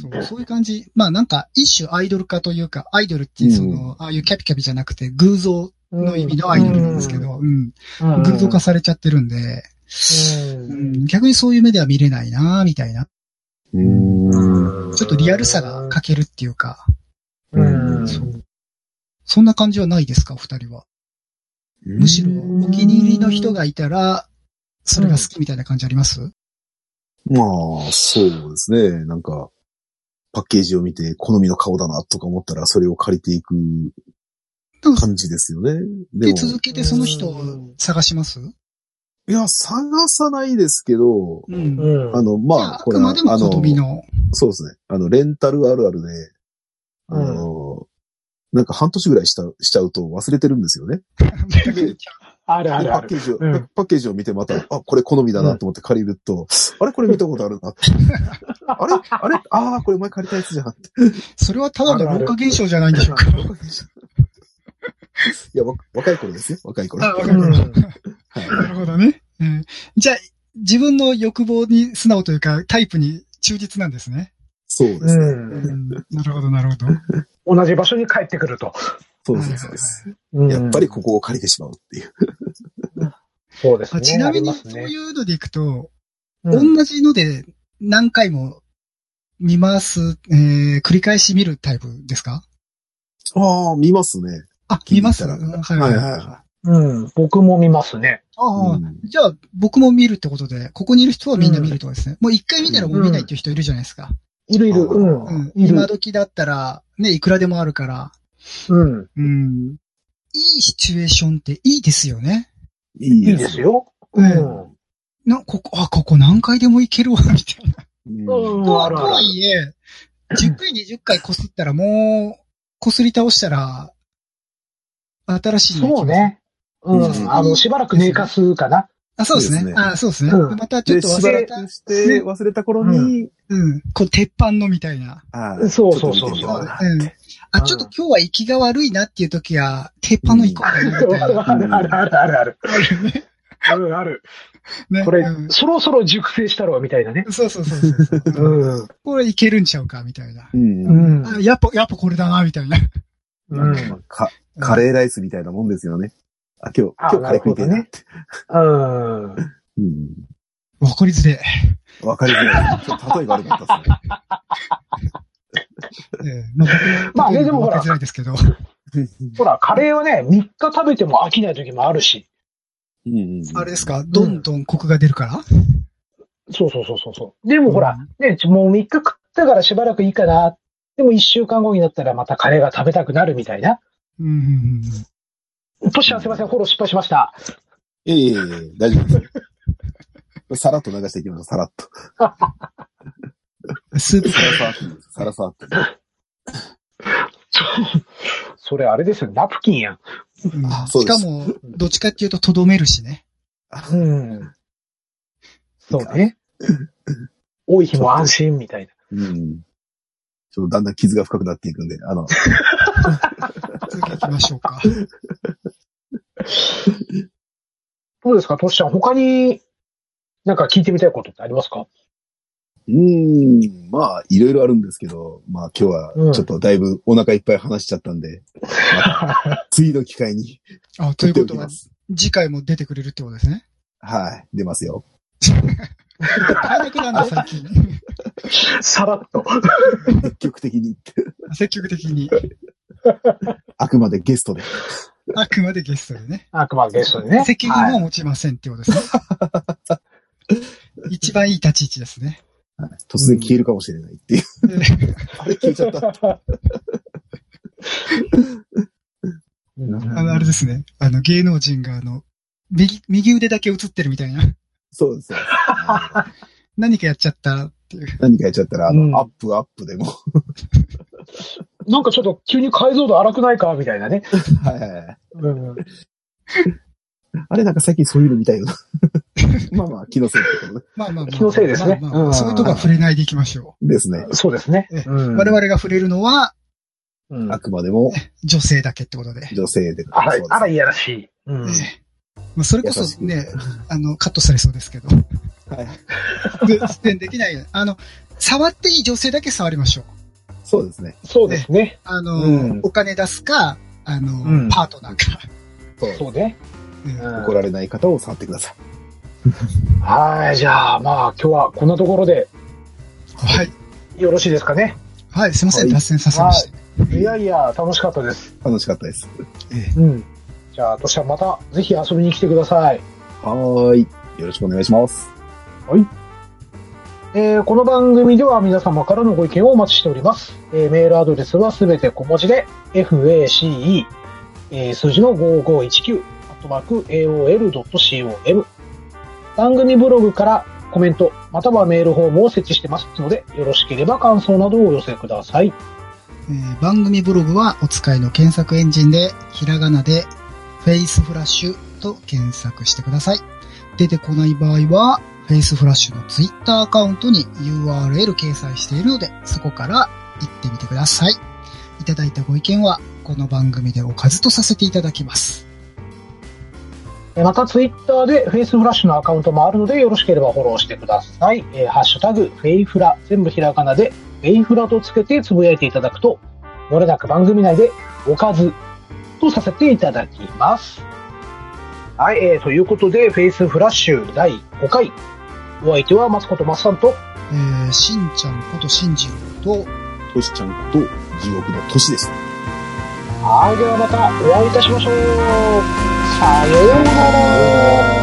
Speaker 2: そうそういう感じ。まあなんか、一種アイドル化というか、アイドルってその、ああいうキャピキャピじゃなくて、偶像の意味のアイドルなんですけど、うん。
Speaker 1: うん、
Speaker 2: 偶像化されちゃってるんで、
Speaker 1: う。
Speaker 2: うんん、逆にそういう目では見れないなみたいな。
Speaker 3: うん
Speaker 2: ちょっとリアルさが欠けるっていうか、
Speaker 1: うん。
Speaker 2: そうそんな感じはないですか、お二人は。むしろ、お気に入りの人がいたら、それが好きみたいな感じあります
Speaker 3: まあ、そうですね。なんか、パッケージを見て、好みの顔だな、とか思ったら、それを借りていく感じですよね。で
Speaker 2: で、
Speaker 3: も、
Speaker 2: 続けてその人を探します
Speaker 3: いや、探さないですけど、
Speaker 2: うん。
Speaker 1: うん。
Speaker 3: あの、
Speaker 2: じ
Speaker 3: ま
Speaker 2: ゃ
Speaker 3: あ、
Speaker 2: あ、あ
Speaker 3: これ
Speaker 2: く
Speaker 3: は、
Speaker 2: までも
Speaker 3: あ
Speaker 2: 好み
Speaker 3: の、
Speaker 2: の。
Speaker 3: そうですね。あの、レンタルあるあるで、あの、なんか半年ぐらいした、しちゃうと忘れてるんですよね。
Speaker 1: あるあ
Speaker 3: で
Speaker 1: る
Speaker 3: パ
Speaker 1: あ
Speaker 3: ッケ
Speaker 1: る。
Speaker 3: ージを、
Speaker 1: うん
Speaker 3: パッケージを見てまた、あ、これ好みだなと思って借りると、あれこれ見たことあるなって。あれあれああ、これ前借りたやつじゃんって。
Speaker 2: それはただの老化現象じゃないんでしょうか。
Speaker 3: いや、わ若い頃ですよ、若い頃。
Speaker 2: あ
Speaker 3: は
Speaker 2: 若
Speaker 3: い
Speaker 2: い頃なるほどね。うんじゃあ、自分の欲望に素直というか、タイプに忠実なんですね。
Speaker 3: そうで
Speaker 1: う
Speaker 3: すね。
Speaker 1: ん。
Speaker 2: うんなるほど、なるほど。
Speaker 1: 同じ場所に帰ってくると。
Speaker 3: そうですねそうです。
Speaker 1: うん
Speaker 3: やっぱりここを借りてしまうっていう。
Speaker 1: そうです
Speaker 2: あ
Speaker 1: ね。
Speaker 2: ちなみに、
Speaker 1: あります
Speaker 2: そう
Speaker 1: ね
Speaker 2: いうのでいくと、
Speaker 1: うん
Speaker 2: 同じので何回も見ます、えー、繰り返し見るタイプですか
Speaker 3: ああ、見ますね。
Speaker 2: あ、
Speaker 3: 気
Speaker 2: 見
Speaker 3: に入
Speaker 2: ま
Speaker 3: っ
Speaker 2: す
Speaker 3: た
Speaker 2: は
Speaker 3: ら
Speaker 2: いはいはい。あ
Speaker 1: うん。僕も見ますね。
Speaker 2: あ、
Speaker 3: うん
Speaker 2: じゃあ僕も見るってことで、ここにいる人はみんな見るってことですね。もう一回見たらもう見ないっていう人いるじゃないですか。
Speaker 1: いるいる。
Speaker 3: あー
Speaker 1: うん
Speaker 2: うん。
Speaker 1: い
Speaker 2: 今
Speaker 1: る。
Speaker 2: 時だったら、ね、いくらでもあるから。
Speaker 1: うん。
Speaker 2: うん。いいシチュエーションっていいですよね。
Speaker 3: いい
Speaker 1: いい
Speaker 3: で
Speaker 1: ですす
Speaker 3: よ。
Speaker 1: よ。
Speaker 2: う。
Speaker 1: うん
Speaker 2: な、ここ、あ、ここ何回でもいけるわ、みたいな。
Speaker 3: うん
Speaker 1: ん。
Speaker 2: と
Speaker 1: あるある
Speaker 2: とはいえ、10回、20回こすったらもう、こすり倒したら、新しいの行きます
Speaker 1: そう。ね。う
Speaker 3: うん
Speaker 1: ん。あの、しばらく寝かすかな。
Speaker 2: あ、そうです
Speaker 3: そうで
Speaker 2: ね。
Speaker 3: すね
Speaker 2: あ、そうですね。
Speaker 1: うん
Speaker 2: またちょっ
Speaker 3: で、
Speaker 2: と
Speaker 3: し
Speaker 2: 忘
Speaker 3: ば
Speaker 2: れ
Speaker 3: ら
Speaker 2: た。
Speaker 3: くして、忘れた頃に、
Speaker 2: うん。こう、鉄板のみたいな。
Speaker 3: あ
Speaker 1: そうそうそうそう
Speaker 2: うん。あ、ちょっと今日は行きが悪いなっていう時は、鉄板の行こうかなみたいな。
Speaker 1: あるあるあるあるある。あるある。
Speaker 2: ね
Speaker 1: これ
Speaker 2: う、ん
Speaker 1: そろそろ熟成したろ、みたいなね。
Speaker 2: そうそうそうそうそうう。
Speaker 1: ん。
Speaker 2: これいけるんちゃうか、みたいな。
Speaker 3: うん。
Speaker 1: う
Speaker 3: うん
Speaker 1: ん。
Speaker 2: あやっぱ、やっぱこれだな、みたいな。
Speaker 1: うん。
Speaker 3: かカレーライスみたいなもんですよね。あ、今日、今
Speaker 1: あ
Speaker 3: 日カレー食いてえなって。
Speaker 1: うん。
Speaker 3: うん。
Speaker 2: わかりづれ
Speaker 3: わかりづらい。ちょっと例えが悪かったですね。
Speaker 2: え。えまあ、僕
Speaker 1: まあね
Speaker 2: 僕より
Speaker 1: でもほら
Speaker 2: わかりづらいですけど。
Speaker 1: ほら、カレーはね、3日食べても飽きない時もあるし。
Speaker 3: うん
Speaker 2: あれですかどんどんコクが出るから、
Speaker 1: そうそうそうそうそう。でもほら、ね、もう3日食ったからしばらくいいかな。でも1週間後になったらまたカレーが食べたくなるみたいな。
Speaker 2: うん、うんうん
Speaker 1: トシちゃんすいません、フォロー失敗しました。
Speaker 3: いえいえいえ、大丈夫 *laughs* です。さらっと流していきましょう、さらっと。
Speaker 2: うん。スープ
Speaker 3: さらさらっといいです。さらさらっと。
Speaker 1: それあれですよ、ナプキンやん。
Speaker 2: うん
Speaker 3: あそう
Speaker 2: し
Speaker 3: で
Speaker 2: か
Speaker 3: す
Speaker 2: も、どっちかっていうと、とどめるしね。
Speaker 1: うん。そうね。多い日も安心みたいな。
Speaker 3: うん。ちょっとだんだん傷が深くなっていくんで、あの、
Speaker 2: 続き行きましょうか。
Speaker 1: どうですか、トシちゃん、他になんか聞いてみたいことってありますか
Speaker 3: うん、まあ、いろいろあるんですけど、まあ今日はちょっとだいぶお腹いっぱい話しちゃったん *laughs* で、また次の機会に
Speaker 2: あ、という
Speaker 3: 取って
Speaker 2: こ
Speaker 3: おき
Speaker 2: とは
Speaker 3: ま、す。
Speaker 2: 次回も出てくれるってことですね。
Speaker 3: はい、出ますよ。
Speaker 2: 買えなくなるんだ、最近。 *laughs*
Speaker 1: さらっと。
Speaker 3: 積極的にって、
Speaker 2: 積極的に。
Speaker 3: あくまでゲストで。
Speaker 2: あくまでゲストでね。
Speaker 1: あくまでゲストでね。
Speaker 2: 責
Speaker 1: は
Speaker 2: 任
Speaker 1: い
Speaker 2: は持ちませんってことですね。一番いい立ち位置ですね。
Speaker 3: はい突然消えるかもしれないっていう。あれ消えちゃった。
Speaker 2: あの、あれですね。あの、芸能人が、あの、右、右腕だけ映ってるみたいな。
Speaker 3: そうです。そうですあの
Speaker 2: 何かやっちゃったっていう。
Speaker 3: 何かやっちゃったら、あ
Speaker 1: うん
Speaker 3: の、アップアップでも。
Speaker 1: なんかちょっと急に解像度荒くないかみたいなね。
Speaker 3: はいはいはい。
Speaker 1: うん。
Speaker 3: あれなんか最近そういうの見た *laughs* よな。まあまあ、気のせいってことね
Speaker 2: まあまあまあ。
Speaker 1: 気のせいですね
Speaker 2: まあまあ
Speaker 1: うん
Speaker 2: そういうとこは触れないでいきましょ
Speaker 3: ですね。
Speaker 1: そうですね
Speaker 2: ええ。
Speaker 1: うん
Speaker 2: う。我、々が触れるのは、
Speaker 1: うん
Speaker 3: あくまでも
Speaker 2: 女性だけってことで。
Speaker 3: 女性で。
Speaker 1: あ
Speaker 3: そう
Speaker 1: ら
Speaker 3: です、
Speaker 1: あらいやらしい。うん。
Speaker 2: ええまあ、それこ
Speaker 3: 優し
Speaker 2: そ
Speaker 3: く *laughs*
Speaker 2: ね、あの、カットされそうですけど。
Speaker 3: はい。
Speaker 2: で出演できない。あの、触っていい女性だけ触りましょう。
Speaker 3: そうですね。
Speaker 1: そうですね。
Speaker 2: あの、
Speaker 1: うん
Speaker 2: お金出すか、あの、
Speaker 1: うん
Speaker 2: パートナーか。
Speaker 3: そう。
Speaker 1: そうね。
Speaker 2: うん
Speaker 1: うん
Speaker 3: 怒られない方を触ってください。
Speaker 1: はい。じゃあ、まあ、今日はこんなところで
Speaker 2: はい。
Speaker 1: よろしいですかね。
Speaker 2: はい、すいませ
Speaker 3: は
Speaker 2: ん、
Speaker 3: い
Speaker 2: 脱線させまして。
Speaker 1: いやいや、楽しかったです。
Speaker 3: 楽しかったです。
Speaker 1: うん。じゃあ、としはまた、ぜひ遊びに来てください。
Speaker 3: はーい。よろしくお願いします。
Speaker 1: えーこの番組では皆様からのご意見をお待ちしております。えーメールアドレスはすべて小文字で、face、えー数字の5519、アットマーク、aol.com。番組ブログからコメント、またはメールフォームを設置してますので、よろしければ感想などをお寄せください。
Speaker 2: えー番組ブログはお使いの検索エンジンで、ひらがなで、フェイスフラッシュと検索してください。出てこない場合は、フェイスフラッシュのツイッターアカウントに URL 掲載しているので、そこから行ってみてください。いただいたご意見は、この番組でおかずとさせていただきます。
Speaker 1: えーまた、ツイッターでフェイスフラッシュのアカウントもあるので、よろしければフォローしてください。えーハッシュタグ、フェイフラ、全部ひらがなで、フェイフラとつけてつぶやいていただくと、漏れなく番組内で、おかずとさせていただきます。はい、えーということで、フェイスフラッシュ第5回。お相手は、松本松さんと、
Speaker 2: えー、しんちゃんことしんじろうと、
Speaker 3: としちゃんと地獄のとしでした。
Speaker 1: はい、ではまたお会いいたしましょう。さようなら。